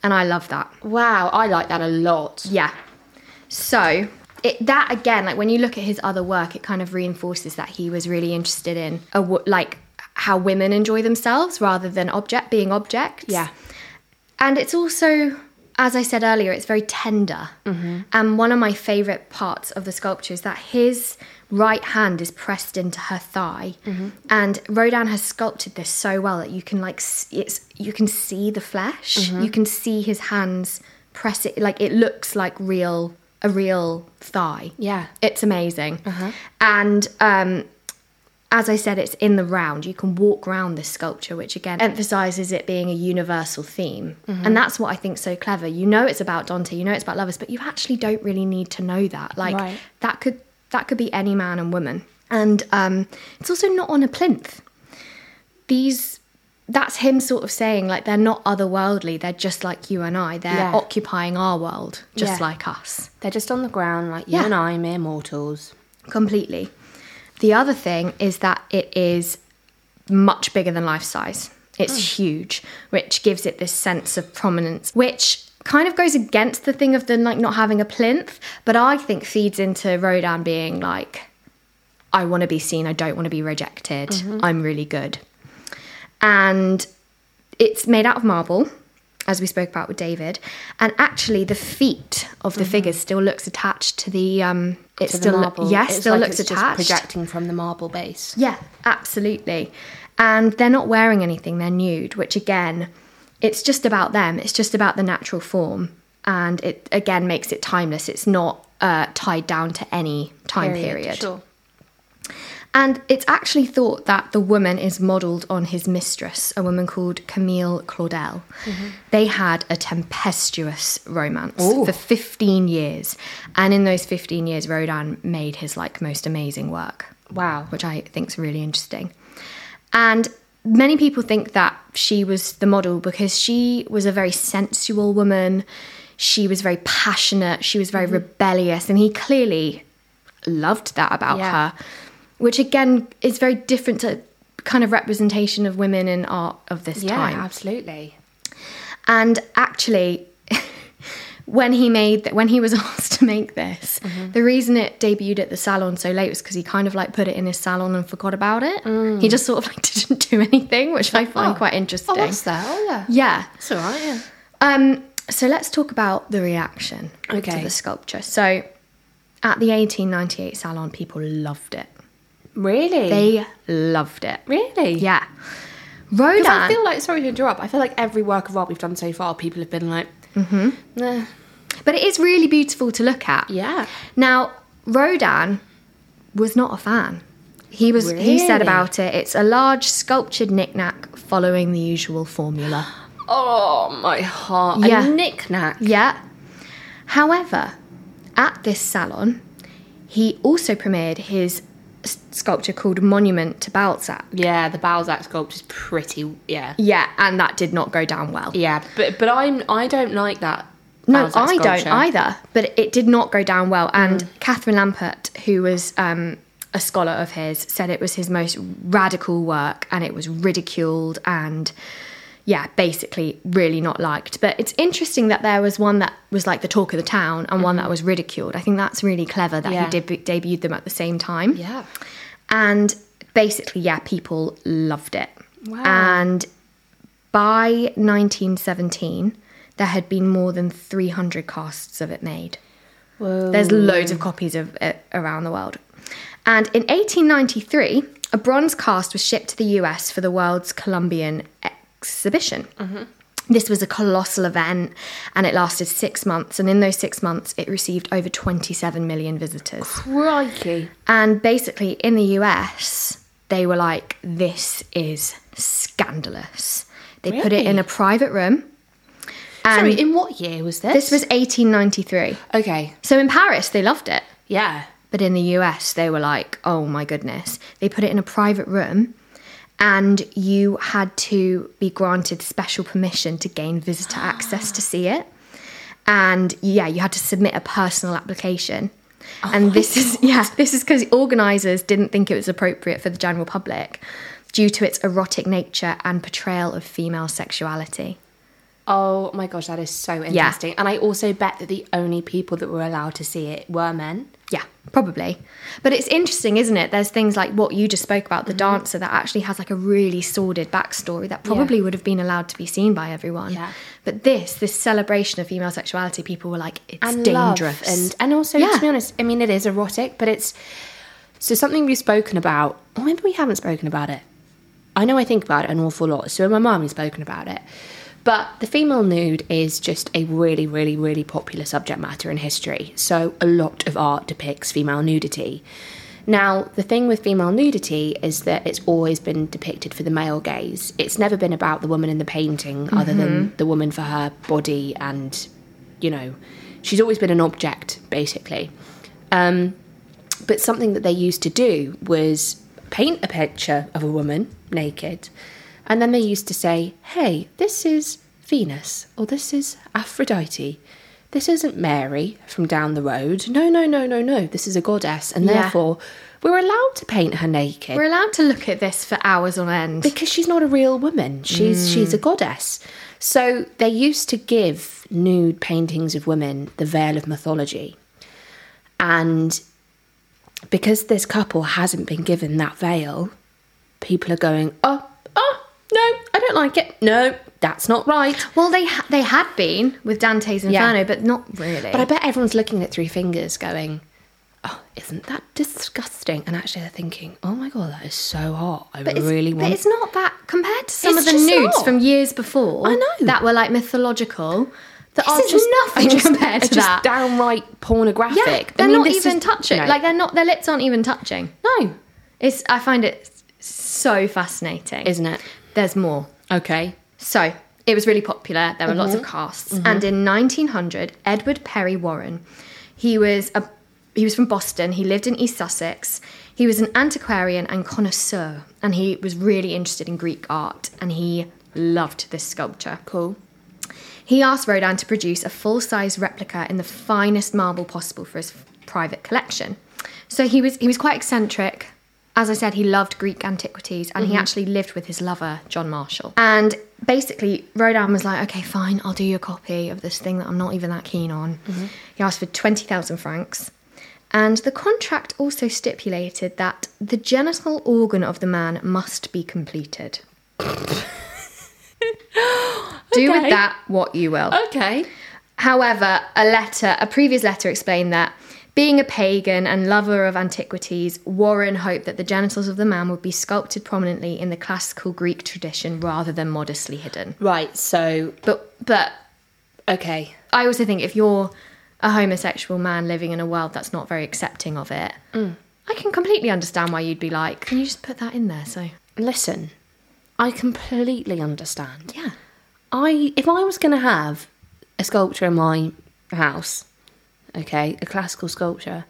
And I love that.
Wow, I like that a lot.
Yeah. So it, that again, like when you look at his other work, it kind of reinforces that he was really interested in a wo- like how women enjoy themselves rather than object being objects.
Yeah.
And it's also, as I said earlier, it's very tender. And one of my favourite parts of the sculpture is that his right hand is pressed into her thigh, and Rodin has sculpted this so well that you can like s- it's you can see the flesh, you can see his hands press it like it looks like real a real thigh.
Yeah. Uh-huh.
It's amazing. And um, as I said, it's in the round. You can walk round this sculpture, which again emphasizes it being a universal theme.
Mm-hmm.
And that's what I think's so clever. You know it's about Dante, you know it's about lovers, but you actually don't really need to know that. Like
Right.
that could that could be any man and woman. And um, it's also not on a plinth. These that's him sort of saying like they're not otherworldly, they're just like you and I. They're
Yeah.
occupying our world just
Yeah.
like us.
They're just on the ground like you
Yeah.
and I, mere mortals.
completely. The other thing is that it is much bigger than life size. It's
Hmm.
huge, which gives it this sense of prominence, which kind of goes against the thing of the like not having a plinth, but I think feeds into Rodin being like, I want to be seen, I don't want to be rejected,
Mm-hmm.
I'm really good. And it's made out of marble, as we spoke about with David. And actually, the feet of the figure still looks attached to the. Um, it
Mm-hmm. To the
still,
marble.
yes,
It's
still
like
looks
it's
attached.
Just projecting from the marble base.
Yeah, absolutely. And they're not wearing anything, they're nude, which again, it's just about them, it's just about the natural form. And it again makes it timeless. It's not uh, tied down to any time period.
Sure.
And it's actually thought that the woman is modelled on his mistress, a woman called Camille Claudel. They had a tempestuous romance
Mm-hmm. Ooh.
for 15 years. And in those 15 years, Rodin made his like most amazing work
Wow.
which I think's really interesting. And many people think that she was the model because she was a very sensual woman. She was very passionate. She was very
Mm-hmm.
rebellious, and he clearly loved that about
Yeah.
her, which again is very different to kind of representation of women in art of this
Yeah,
time.
absolutely.
And actually, when he made th- when he was asked to make this,
Mm-hmm.
the reason it debuted at the salon so late was because he kind of like put it in his salon and forgot about it. He just sort of like didn't do anything, which I find quite interesting.
Mm. Oh, what's that? Oh, yeah.
yeah.
It's all right, yeah.
Um, so let's talk about the reaction
Okay.
to the sculpture. So at the 1898 salon, people loved it.
Really?
They loved it.
really?
Yeah.
Because
Rodin.
I feel like, sorry to interrupt, I feel like every work of art we've done so far, people have been like, mm-hmm.
But it is really beautiful to look at.
Yeah.
Now, Rodin was not a fan. He was he said
Really?
about it, it's a large sculptured knick-knack following the usual formula.
oh, my heart.
Yeah.
A knick-knack.
Yeah. However, at this salon, he also premiered his s- sculpture called Monument to Balzac.
Yeah, the Balzac sculpt is pretty, yeah.
Yeah, and that did not go down well.
Yeah, but but I'm I don't like that.
No,
Balzac
I don't
sculpture.
either. But it did not go down well. And Catherine Lampert, who was um, a scholar of his, said it was his most radical work and it was ridiculed and, yeah, basically really not liked. But it's interesting that there was one that was like the talk of the town and one that was ridiculed. I think that's really clever that
Yeah.
he deb- debuted them at the same time.
Yeah.
And basically, yeah, people loved it.
Wow.
And by 1917, there had been more than 300 casts of it made.
Whoa.
There's loads of copies of it around the world. And in 1893, a bronze cast was shipped to the US for the World's Columbian Exhibition.
Mm-hmm.
This was a colossal event and it lasted six months. And in those six months, it received over 27 million visitors.
Crikey.
And basically, in the US, they were like, this is scandalous. They put it in a private room. And
Sorry, in what year was this?
this was 1893.
okay.
So in Paris, they loved it.
Yeah.
But in the US, they were like, oh my goodness. They put it in a private room and you had to be granted special permission to gain visitor access to see it. And yeah, you had to submit a personal application. and this is, yeah, this is because organisers didn't think it was appropriate for the general public due to its erotic nature and portrayal of female sexuality.
Oh my gosh, that is so interesting. And I also bet that the only people that were allowed to see it were men.
Yeah, probably. But it's interesting, isn't it? There's things like what you just spoke about, the dancer that actually has like a really sordid backstory that probably would have been allowed to be seen by everyone.
Yeah.
But this, this celebration of female sexuality, people were like, it's
and
dangerous.
love and and also
Yeah.
to be honest i mean it is erotic but it's so something we've spoken about or maybe we haven't spoken about it i know i think about it an awful lot so my mum has spoken about it but the female nude is just a really really really popular subject matter in history so a lot of art depicts female nudity now, the thing with female nudity is that it's always been depicted for the male gaze. It's never been about the woman in the painting, other than the woman for her body and you know, she's always been an object, basically. Um, but something that they used to do was paint a picture of a woman naked, and then they used to say, hey, this is Venus, or this is Aphrodite. This isn't Mary from down the road. No, no, no, no, no. This is a goddess, and
Yeah.
therefore we're allowed to paint her naked
We're allowed to look at this for hours on end.
because she's not a real woman. She's
Mm.
she's a goddess. So they used to give nude paintings of women the veil of mythology. And because this couple hasn't been given that veil, people are going, "Oh, oh, no, I don't like it. No, that's not right."
well, they ha- they had been with Dante's Inferno, but not really.
But I bet everyone's looking at Three Fingers going, "Oh, isn't that disgusting?" And actually they're thinking, "Oh my god, that is so hot. I
But it's-
really
But
want
it's not that compared to some
It's
of the
just
nudes
not.
from years before.
I know.
that were like mythological. That
are
this is
just-
nothing
are just-
compared
are
to
just
that.
downright pornographic.
yeah,
I
they're
mean,
not
this
even
is-
touching.
no.
Like they're not. Their lips aren't even touching.
no,
It's. I find it so fascinating.
isn't it?
There's more.
Okay.
So it was really popular. There were lots
Mm-hmm.
of casts. And in 1900, Edward Perry Warren, he was a he was from Boston. He lived in East Sussex. He was an antiquarian and connoisseur, and he was really interested in Greek art. And he loved this sculpture.
Cool.
He asked Rodin to produce a full size replica in the finest marble possible for his f- private collection. So he was, he was quite eccentric. As I said, he loved Greek antiquities and he actually lived with his lover, John Marshall. And basically, Rodin was like, okay, fine, I'll do you a copy of this thing that I'm not even that keen on. He asked for 20,000 francs. And the contract also stipulated that the genital organ of the man must be completed. Do with
Okay.
that what you will.
Okay.
However, a letter, a previous letter explained that being a pagan and lover of antiquities, Warren hoped that the genitals of the man would be sculpted prominently in the classical Greek tradition rather than modestly hidden.
Right. So,
But but
okay.
I also think if you're a homosexual man living in a world that's not very accepting of it, I can completely understand why you'd be like, can you just put that in there? So,
Listen, I completely understand.
yeah.
I if I was going to have a sculpture in my house, okay, a classical sculpture,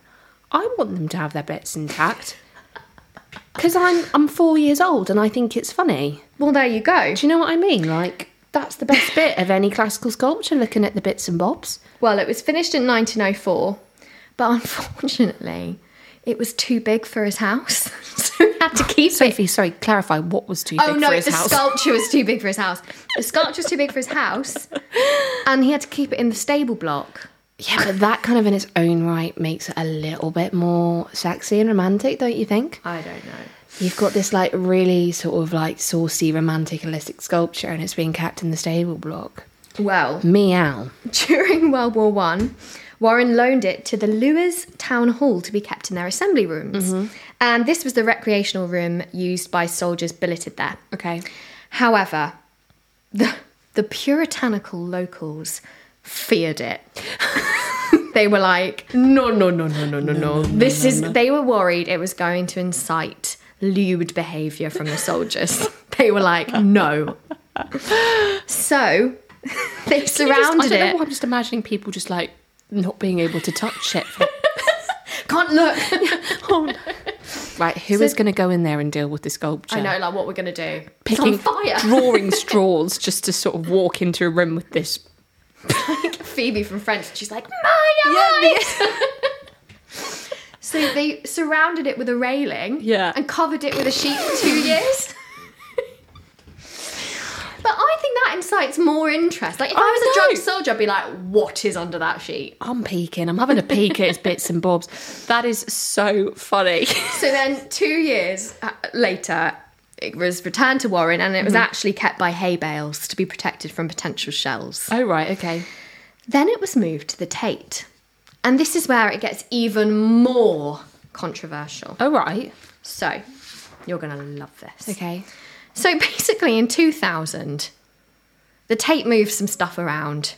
I want them to have their bits intact. Cuz I'm I'm 4 years old and I think it's funny.
Well, there you go.
Do you know what I mean? Like that's the best bit of any classical sculpture looking at the bits and bobs.
Well, it was finished in 1904, but unfortunately, it was too big for his house, so he had to keep it.
Sophie, sorry, clarify what was too
Oh
big
no,
for
the
his house.
sculpture was too big for his house. The sculpture was too big for his house, and he had to keep it in the stable block.
yeah, but that kind of in its own right makes it a little bit more sexy and romantic, don't you think?
I don't know.
You've got this like really sort of like saucy, romantic, holistic sculpture, and it's being kept in the stable block.
Well,
Meow.
during World War One, Warren loaned it to the Lewis Town Hall to be kept in their assembly rooms,
Mm-hmm.
and this was the recreational room used by soldiers billeted there.
Okay.
However, the, the puritanical locals feared it. they were like, no, no, no, no, no, no, no. This is, they were worried it was going to incite lewd behaviour from the soldiers. they were like, no. So they surrounded
I don't know
it.
why I'm just imagining people just like not being able to touch it.
Can't look.
right, who is going to go in there and deal with the sculpture?
I know, like, what we're going to do.
Picking,
it's on fire.
drawing straws just to sort of walk into a room with this.
Phoebe from Friends. She's like, my eyes. so they surrounded it with a railing.
Yeah.
And covered it with a sheet for two years. but I think that excites more interest. Like if I,
I
was
know.
a drug soldier, I'd be like, what is under that sheet?
I'm peeking. I'm having a peek at his bits and bobs. That is so funny.
So then, two years uh, later, it was returned to Warren, and it
Mm-hmm.
was actually kept by hay bales to be protected from potential shells.
oh right, okay.
Then it was moved to the Tate, and this is where it gets even more controversial.
Oh right,
So, you're gonna love this.
okay.
So basically, in 2000, the Tate moved some stuff around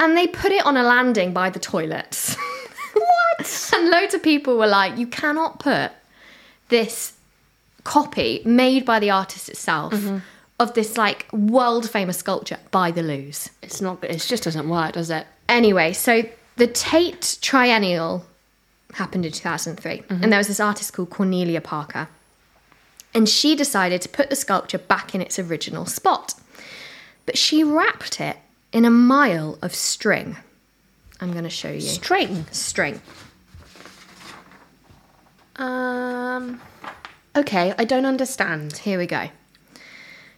and they put it on a landing by the toilets. what? And loads of people were like, you cannot put this copy made by the artist itself
Mm-hmm.
of this like world famous sculpture by the Louvre.
It's not. It just doesn't work, does it?
Anyway, so the Tate Triennial happened in 2003, and there was this artist called Cornelia Parker. And she decided to put the sculpture back in its original spot. But she wrapped it in a mile of string. I'm going to show you.
String.
String.
Um. Okay, I don't understand.
Here we go.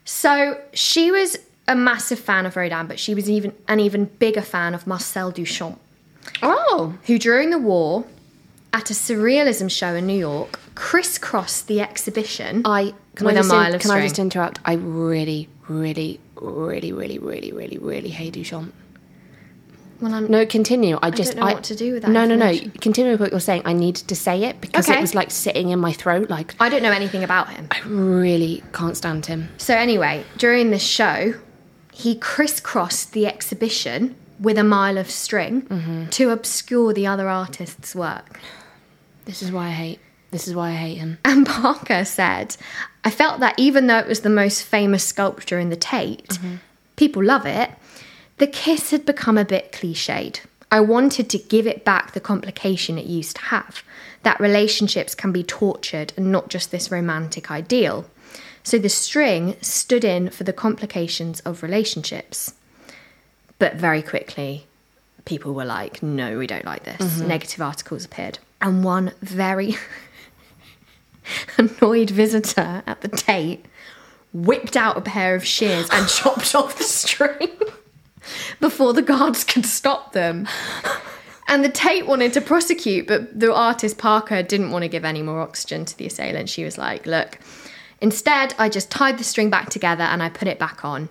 So she was a massive fan of Rodin, but she was even an even bigger fan of Marcel Duchamp.
Oh,
who during the war, at a surrealism show in New York, crisscrossed the exhibition.
I can
With
I
a
just
mile of
can I
string.
just interrupt? I really, really, really, really, really, really, really hate Duchamp.
well, I'm,
No, continue. I just
know what to do with that
No, no, no.
information.
Continue with what you're saying. I needed to say it because it
Okay.
was like sitting in my throat. Like
I don't know anything about him.
I really can't stand him.
So anyway, during this show, he crisscrossed the exhibition with a mile of string to obscure the other artist's work.
This is why I hate. This is why I hate him.
And Parker said, I felt that even though it was the most famous sculpture in the Tate, people love it, the kiss had become a bit cliched. I wanted to give it back the complication it used to have that relationships can be tortured and not just this romantic ideal. So the string stood in for the complications of relationships. But very quickly, people were like, no, we don't like this. Negative articles appeared. And one very annoyed visitor at the Tate whipped out a pair of shears and chopped off the string before the guards could stop them. And the Tate wanted to prosecute, but the artist Parker didn't want to give any more oxygen to the assailant. She was like, Look, instead, I just tied the string back together and I put it back on.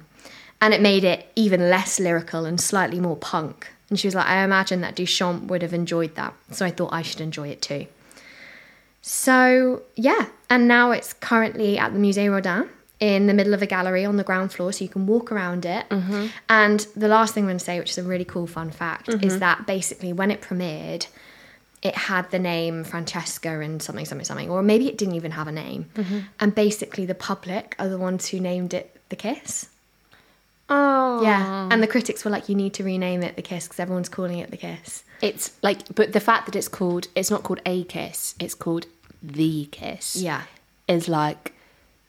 And it made it even less lyrical and slightly more punk. And she was like, I imagine that Duchamp would have enjoyed that. So I thought I should enjoy it too. So, yeah, and now it's currently at the Musée Rodin in the middle of a gallery on the ground floor, so you can walk around it. And the last thing I'm going to say, which is a really cool fun fact, is that basically when it premiered, it had the name Francesca and something, something, something, or maybe it didn't even have a name. And basically, the public are the ones who named it The Kiss.
Oh,
Yeah. And the critics were like, you need to rename it The Kiss because everyone's calling it The Kiss.
It's like, but the fact that it's called, it's not called a kiss. It's called the kiss.
Yeah.
is like,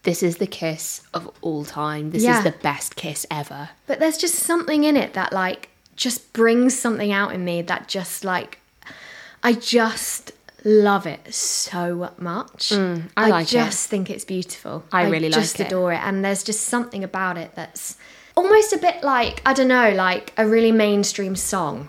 this is the kiss of all time. This
Yeah.
is the best kiss ever.
But there's just something in it that like just brings something out in me that just like I just love it so much.
Mm, I like it.
just think it's beautiful.
I really like
just
it.
adore it. And there's just something about it that's almost a bit like I don't know, like a really mainstream song.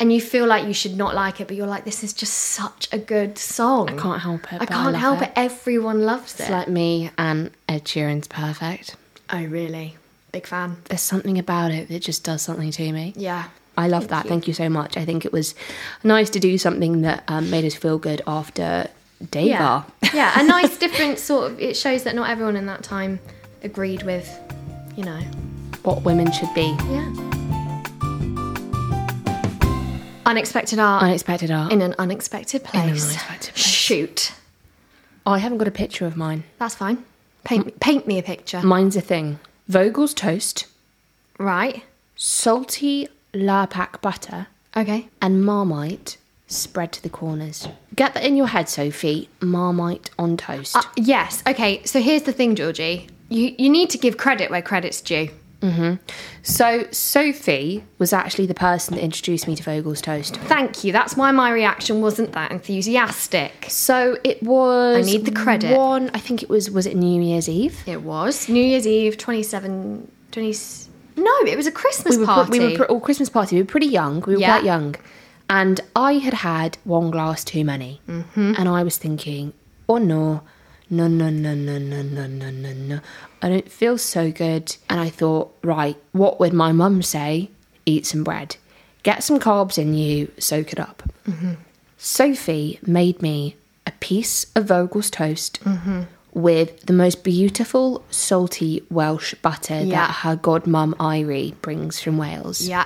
And you feel like you should not like it, but you're like, this is just such a good song. I
Can't help it.
I
but
can't
love
help it. Everyone loves
It's
it.
like me and Ed Sheeran's perfect.
oh, really? Big fan.
There's something about it that just does something to me.
Yeah.
I love that. Thank you so much. I think it was nice to do something that um, made us feel good after Deva.
Yeah. yeah, a nice different sort of. It shows that not everyone in that time agreed with, you know.
What women should be.
Yeah. Unexpected art
Unexpected art.
in an unexpected place.
unexpected place.
Shoot.
oh, I haven't got a picture of mine.
That's fine. Paint, paint me a picture.
Mine's a thing. Vogel's toast,
Right.
salty Larpak butter,
Okay.
and Marmite spread to the corners. Get that in your head, Sophie. Marmite on toast.
Uh, yes. Okay. So here's the thing, Georgie. You you need to give credit where credit's due.
Mm-hmm. so, Sophie was actually the person that introduced me to Vogel's toast.
Thank you. That's why my reaction wasn't that enthusiastic.
So it was.
I need the credit.
One, I think it was. Was it New Year's Eve?
It was New Year's Eve, 27, 20, No, it was a Christmas
we were,
party.
pre- we were pre- all Christmas party. We were pretty young. We were
Yeah.
quite young, and I had had one glass too many, mm-hmm. and I was thinking, oh no, no, no, no, no, no, no, no, no, no. I don't feel so good, and I thought, right, what would my mum say? Eat some bread, get some carbs in you, soak it up.
Mm-hmm.
Sophie made me a piece of Vogel's toast
Mm-hmm.
with the most beautiful salty Welsh butter
Yeah.
that her godmum Irie brings from Wales.
yeah.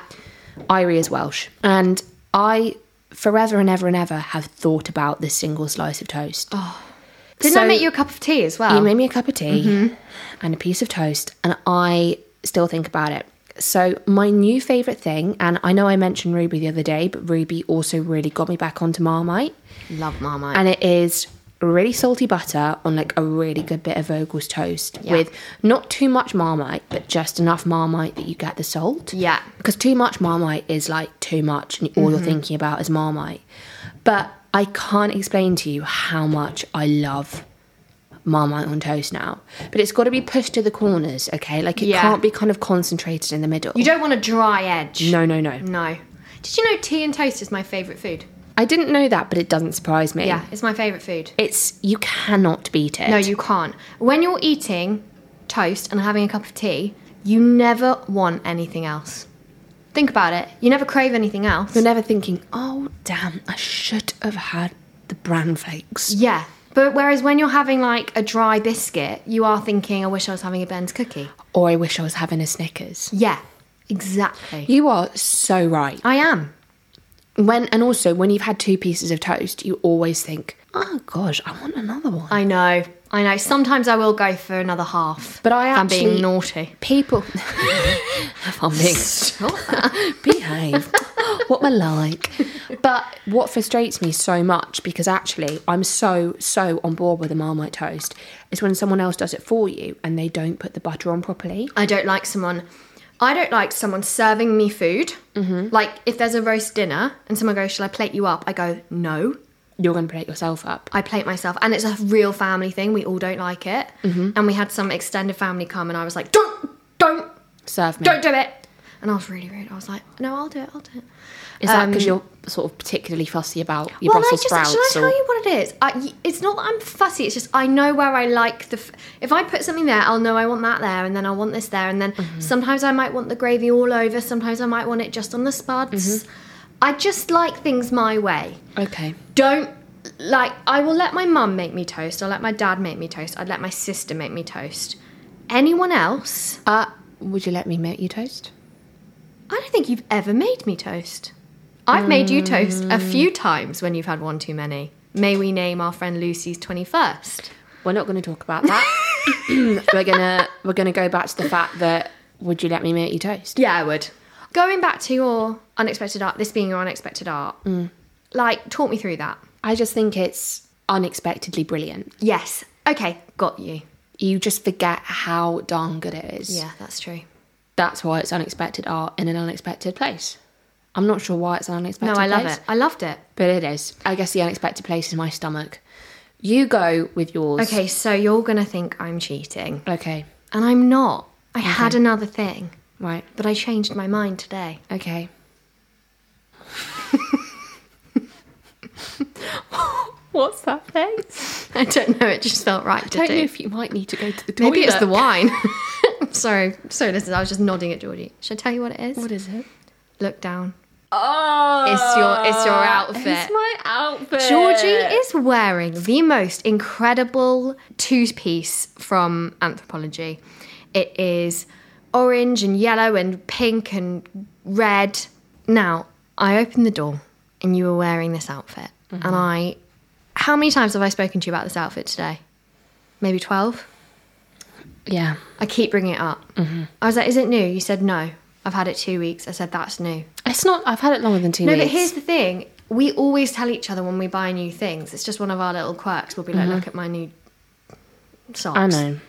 Irie is Welsh. And I, forever and ever and ever, have thought about this single slice of toast.
Didn't I
So-
make you a cup of tea as well?
You made me a cup of tea and a piece of toast, and I still think about it. So, my new favourite thing, and I know I mentioned Ruby the other day, but Ruby also really got me back onto Marmite.
Love Marmite.
And it is really salty butter on like a really good bit of Vogel's toast
Yeah.
with not too much marmite, but just enough marmite that you get the salt.
Yeah. Mm-hmm.
Because too much marmite is like too much, and all you're thinking about is marmite. But I can't explain to you how much I love marmite on toast now. But it's got to be pushed to the corners, okay? Like it
Yeah.
can't be kind of concentrated in the middle.
you don't want a dry edge.
no, no, no.
No. Did you know tea and toast is my favourite food?
I didn't know that, but it doesn't surprise me.
Yeah, it's my favourite food.
It's, you cannot beat it.
No, you can't. When you're eating toast and having a cup of tea, you never want anything else. Think about it. You never crave anything else.
You're never thinking, oh, damn, I should have had the bran flakes.
Yeah. But whereas when you're having like a dry biscuit, you are thinking, I wish I was having a Ben's cookie.
Or I wish I was having a Snickers.
Yeah, exactly.
You are so right.
I am.
When And also, when you've had two pieces of toast, you always think, oh, gosh, I want another one.
I know. I know. Sometimes I will go for another half.
But I
if I'm
actually-
being naughty.
People. if I'm being. Behave. what we're like. But what frustrates me so much, because actually I'm so, so on board with a Marmite toast, is when someone else does it for you and they don't put the butter on properly.
I don't like someone. I don't like someone serving me food. Mm-hmm. Like if there's a roast dinner and someone goes, "Shall I plate you up?" I go, "No."
You're going to plate yourself up.
I plate myself, and it's a real family thing. We all don't like it. And we had some extended family come, and I was like, "Don't, don't,
Serve me.
don't do it." And I was really rude. I was like, "No, I'll do it. I'll do it."
Is that because you're sort of particularly fussy about your
um, well,
Brussels
I
sprouts?
just, Should I tell
or-
you what it is? I y it's not that I'm fussy. It's just I know where I like the. F- if I put something there, I'll know I want that there, and then I want this there, and then
Mm-hmm.
sometimes I might want the gravy all over. Sometimes I might want it just on the spuds.
Mm-hmm.
I just like things my way.
Okay.
Don't like. I will let my mum make me toast. I'll let my dad make me toast. I'd let my sister make me toast. Anyone else?
Uh, would you let me make you toast?
I don't think you've ever made me toast. I've made you toast a few times when you've had one too many. May we name our friend Lucy's 21st?
We're not going to talk about that. we're gonna we're gonna go back to the fact that would you let me make you toast?
Yeah, I would. Going back to your unexpected art, this being your unexpected art, like, talk me through that.
I just think it's unexpectedly brilliant.
Yes. Okay, got you.
You just forget how darn good it is.
Yeah, that's true.
That's why it's unexpected art in an unexpected place. I'm not sure why it's an
No,
unexpected
I
place.
love it. I loved it.
But it is. I guess the unexpected place is my stomach. You go with yours.
Okay, so you're going to think I'm cheating.
Okay.
And I'm not. I had another thing,
Right.
but I changed my mind today.
Okay. What's that face?
I don't know, it just felt right to
Don't know
do.
if you might need to go to the toilet.
Maybe it's the wine. sorry, sorry, listen, I was just nodding at Geordie. Should I tell you what it is?
What is it?
Look down.
Oh,
It's your- it's your outfit.
It's my outfit.
Georgie is wearing the most incredible two piece from anthropology. It is orange and yellow and pink and red. Now, I opened the door and you were wearing this outfit. And I, how many times have I spoken to you about this outfit today? Maybe 12?
yeah.
I keep bringing it up.
Mm-hmm.
I was like, is it new? You said no. I've had it two weeks. I said, that's new.
It's not. I've had it longer than two
No,
weeks.
but here's the thing. We always tell each other when we buy new things. It's just one of our little quirks. We'll be like, look at my new socks.
Mm-hmm. I know.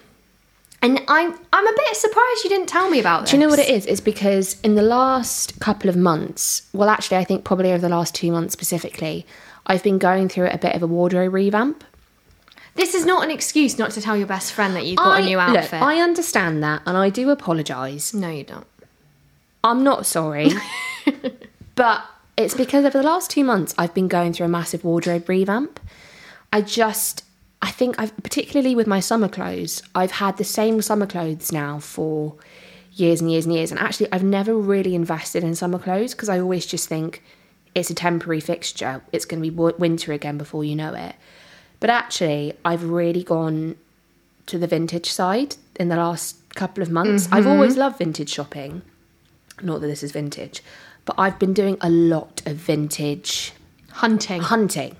And I'm, I'm a bit surprised you didn't tell me about this.
Do you know what it is? It's because in the last couple of months, well, actually, I think probably over the last two months specifically, I've been going through a bit of a wardrobe revamp.
This is not an excuse not to tell your best friend that you've got a new
look,
outfit.
I understand that, and I do apologise.
No, you don't.
I'm not sorry. but it's because over the last two months, I've been going through a massive wardrobe revamp. I just, I think I've, particularly with my summer clothes, I've had the same summer clothes now for years and years and years. And actually, I've never really invested in summer clothes because I always just think it's a temporary fixture. It's going to be w- winter again before you know it. But actually, I've really gone to the vintage side in the last couple of months. I've always loved vintage shopping. Not that this is vintage, but I've been doing a lot of vintage
Hunting.
hunting.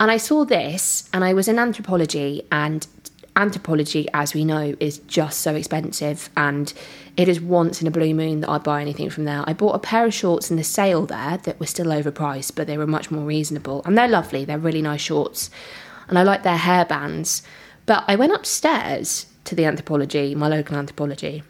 And I saw this, and I was in anthropology, and anthropology, as we know, is just so expensive. And it is once in a blue moon that I buy anything from there. I bought a pair of shorts in the sale there that were still overpriced, but they were much more reasonable. And they're lovely, they're really nice shorts. And I like their hairbands. But I went upstairs to the anthropology, my local anthropology,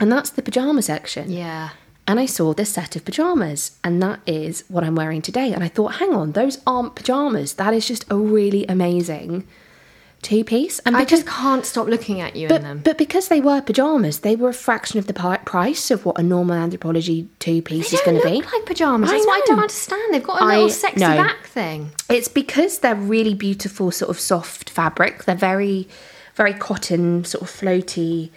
and that's the pyjama section
Yeah.
and I saw this set of pajamas, and that is what I'm wearing today. And I thought, hang on, those aren't pajamas. That is just a really amazing two piece. And
I
because,
just can't stop looking at you in them.
but, but because they were pajamas, they were a fraction of the pi- price of what a normal anthropology two piece is
They
going
don't
to be.
look like pajamas.
I
That's what I
know.
don't understand. They've got a
I-
little sexy
no.
back thing.
It's because they're really beautiful, sort of soft fabric. They're very, very cotton, sort of floaty.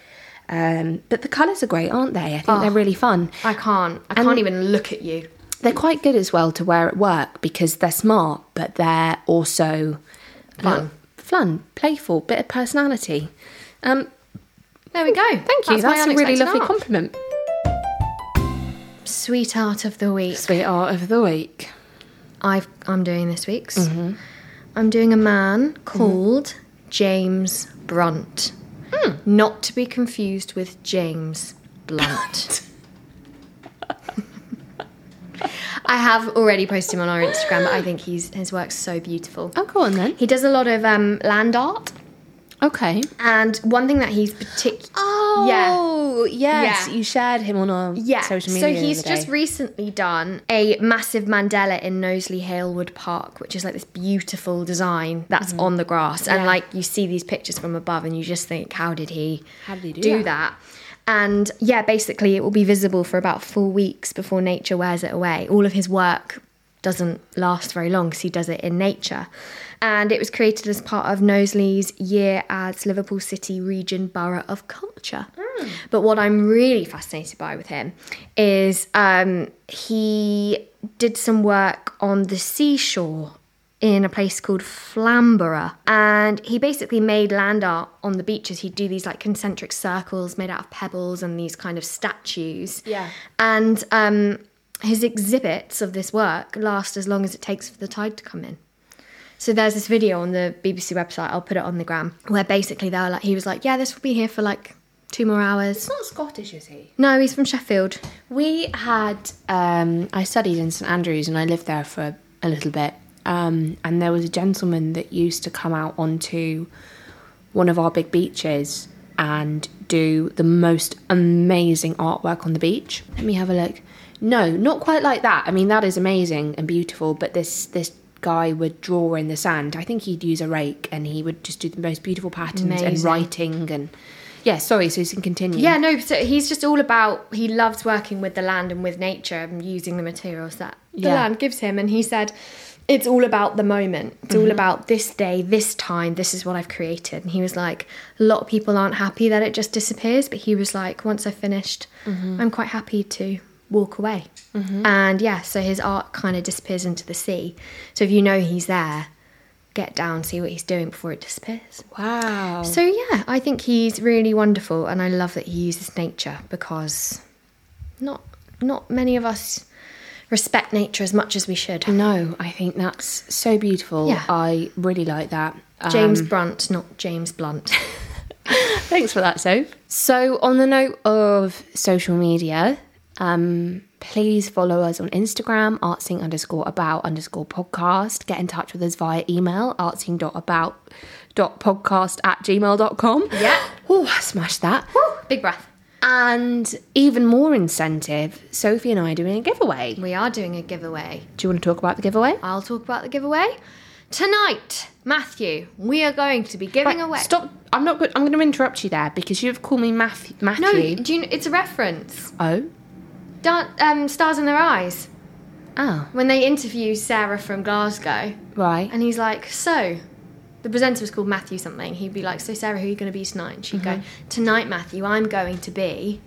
Um, but the colours are great, aren't they? I think
Oh.
they're really fun.
I can't. I can't even look at you.
they're quite good as well to wear at work because they're smart, but they're also uh,
Fun.
fun, playful, bit of personality. Um,
There we go.
thank you.
my
That's, a really
unexpected
lovely
art.
compliment.
Sweetheart of the week.
Sweetheart of the week.
I've, I'm doing this week's. I'm doing a man called James Brunt. Hmm. Not to be confused with James Blunt. I have already posted him on our Instagram, but I think he's, his work's so beautiful.
Oh, go on then.
He does a lot of um, land art,
Okay.
and one thing that he's particular.
Oh, yes.
Yeah.
You shared him on our
Yeah.
social media.
so
the
he's
other
just
day.
recently done a massive Mandela in Knowsley Halewood Park, which is like this beautiful design that's
Mm.
on the grass. And like you see these pictures from above and you just think, how did he
How did he do
that? And yeah, basically it will be visible for about four weeks before nature wears it away. All of his work doesn't last very long because he does it in nature. And it was created as part of Knowsley's year as Liverpool City Region Borough of Culture. But what I'm really fascinated by with him is um, he did some work on the seashore in a place called Flamborough. And he basically made land art on the beaches. He'd do these like concentric circles made out of pebbles and these kind of statues.
Yeah.
And um, his exhibits of this work last as long as it takes for the tide to come in. So there's this video on the BBC website, I'll put it on the gram, where basically they were like, he was like, yeah, this will be here for like two more hours.
not Scottish, is he?
No, he's from Sheffield.
We had, um, I studied in St Andrews and I lived there for a little bit. Um, and there was a gentleman that used to come out onto one of our big beaches and do the most amazing artwork on the beach. Let me have a look. No, not quite like that. I mean, that is amazing and beautiful, but this this guy would draw in the sand. I think he'd use a rake and he would just do the most beautiful patterns and
Amazing.
writing and. Yeah, sorry, Susan, continue.
Yeah, no, so he's just all about he loves working with the land and with nature and using the materials that the
Yeah.
land gives him and he said it's all about the moment. It's all about this day, this time, this is what I've created. And he was like, a lot of people aren't happy that it just disappears, but he was like, once I've finished, I'm quite happy to walk away. And yeah, so his art kind of disappears into the sea. So if you know he's there, get down, see what he's doing before it disappears.
Wow.
So yeah, I think he's really wonderful, and I love that he uses nature because not not many of us respect nature as much as we should.
No, I think that's so beautiful.
Yeah.
I really like that. Um,
James Brunt, not James Blunt.
thanks for that, Soph. So, on the note of social media, um, please follow us on Instagram, artsing underscore about underscore podcast. Get in touch with us via email, artsing.about.podcast at gmail.com.
Yeah.
Oh, I smashed that.
Woo, Big breath.
And even more incentive, Sophie and I are doing a giveaway.
We are doing a giveaway.
Do you want to talk about the giveaway?
I'll talk about the giveaway tonight, Matthew. We are going to be giving away.
Stop. I'm not good. I'm going to interrupt you there because you've called me Matthew. Matthew.
No, do you? kn- It's a reference.
Oh.
Dan- um, Stars in Their Eyes
Oh,
when they interview Sarah from Glasgow,
right.
and he's like, "So." The presenter was called Matthew something. He'd be like, "So Sarah, who are you going to be tonight?" And she'd go,
Mm-hmm.
"Tonight, Matthew, I'm going to be."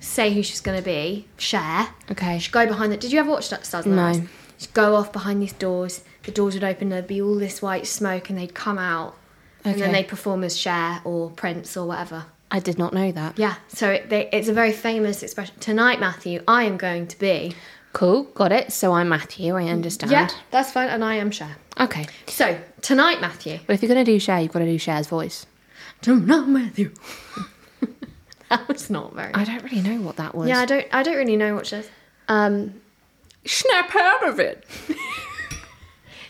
Say who she's going to be. Share.
Okay.
She'd go behind the. Did you ever watch that Stars? in the
No.
Eyes? She'd go off behind these doors. The doors would open. There'd be all this white smoke, and they'd come out, and
Okay.
then they'd perform as Cher or Prince or whatever.
I did not know that.
Yeah. So it, they, it's a very famous expression. Tonight, Matthew, I am going to be.
Cool, got it. So I'm Matthew, I understand.
Yeah, that's fine, and I am Cher.
Okay.
So tonight, Matthew.
But if you're going to do Cher, you've got to do Cher's voice.
Tonight, Matthew. that was not very.
I don't really know what that was.
yeah, I don't. I don't really know what she does.
Um, snap out of it.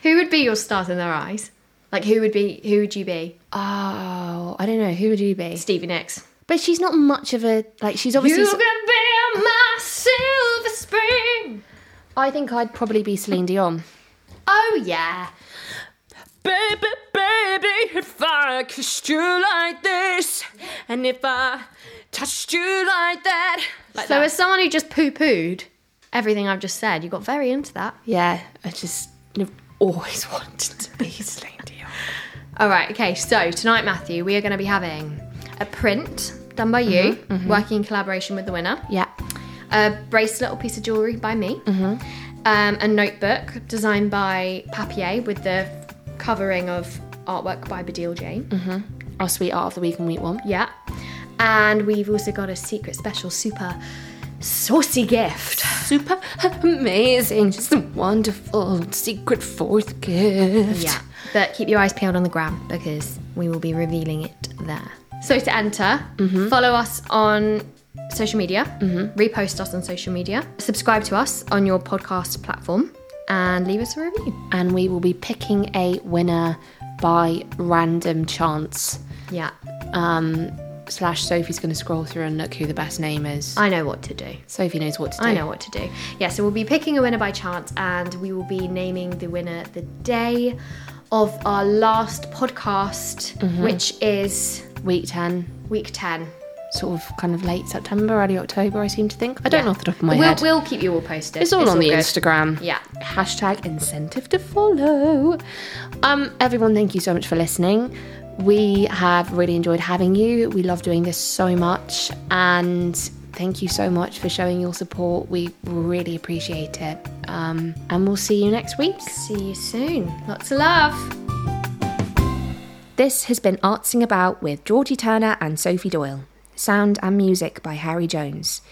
Who would be your stars in their eyes? Like who would be? Who would you be?
Oh, I don't know. Who would you be?
Stevie Nicks.
But she's not much of a like. She's obviously.
You can be my silver spring.
I think I'd probably be Celine Dion.
Oh yeah.
Baby, baby, if I kissed you like this, and if I touched you like that, like
so
that.
as someone who just poo-pooed everything I've just said, you got very into that.
yeah, I just have always wanted to be Celine Dion.
All right. Okay. So tonight, Matthew, we are going to be having a print done by you, working in collaboration with the winner.
Yeah,
a bracelet or piece of jewellery by me, um, a notebook designed by Papier with the covering of artwork by Badil Jane.
our sweetheart of the week and week one.
Yeah. And we've also got a secret special super saucy gift.
Super amazing, just a wonderful secret fourth gift.
Yeah. But keep your eyes peeled on the gram because we will be revealing it there. So to enter, follow us on social media, repost us on social media, subscribe to us on your podcast platform, and leave us a review.
And we will be picking a winner by random chance.
Yeah.
Um, slash Sophie's going to scroll through and look who the best name is.
I know what to do.
Sophie knows what to do.
I know what to do. Yeah, so we'll be picking a winner by chance and we will be naming the winner the day of our last podcast,
Mm-hmm.
which is
Week 10,
week 10.
sort of kind of late September, early October, I seem to think. I don't know off the top of my
we'll,
head.
We'll keep you all posted.
it's all on the
good.
Instagram.
Yeah.
Hashtag incentive to follow. Um, everyone, thank you so much for listening. We have really enjoyed having you. We love doing this so much. And thank you so much for showing your support. We really appreciate it. Um, and we'll see you next week.
See you soon. Lots of love.
This has been Artsing About with Georgie Turner and Sophie Doyle. Sound and music by Harry Jones.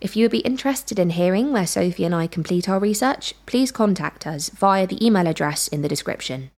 If you would be interested in hearing where Sophie and I complete our research, please contact us via the email address in the description.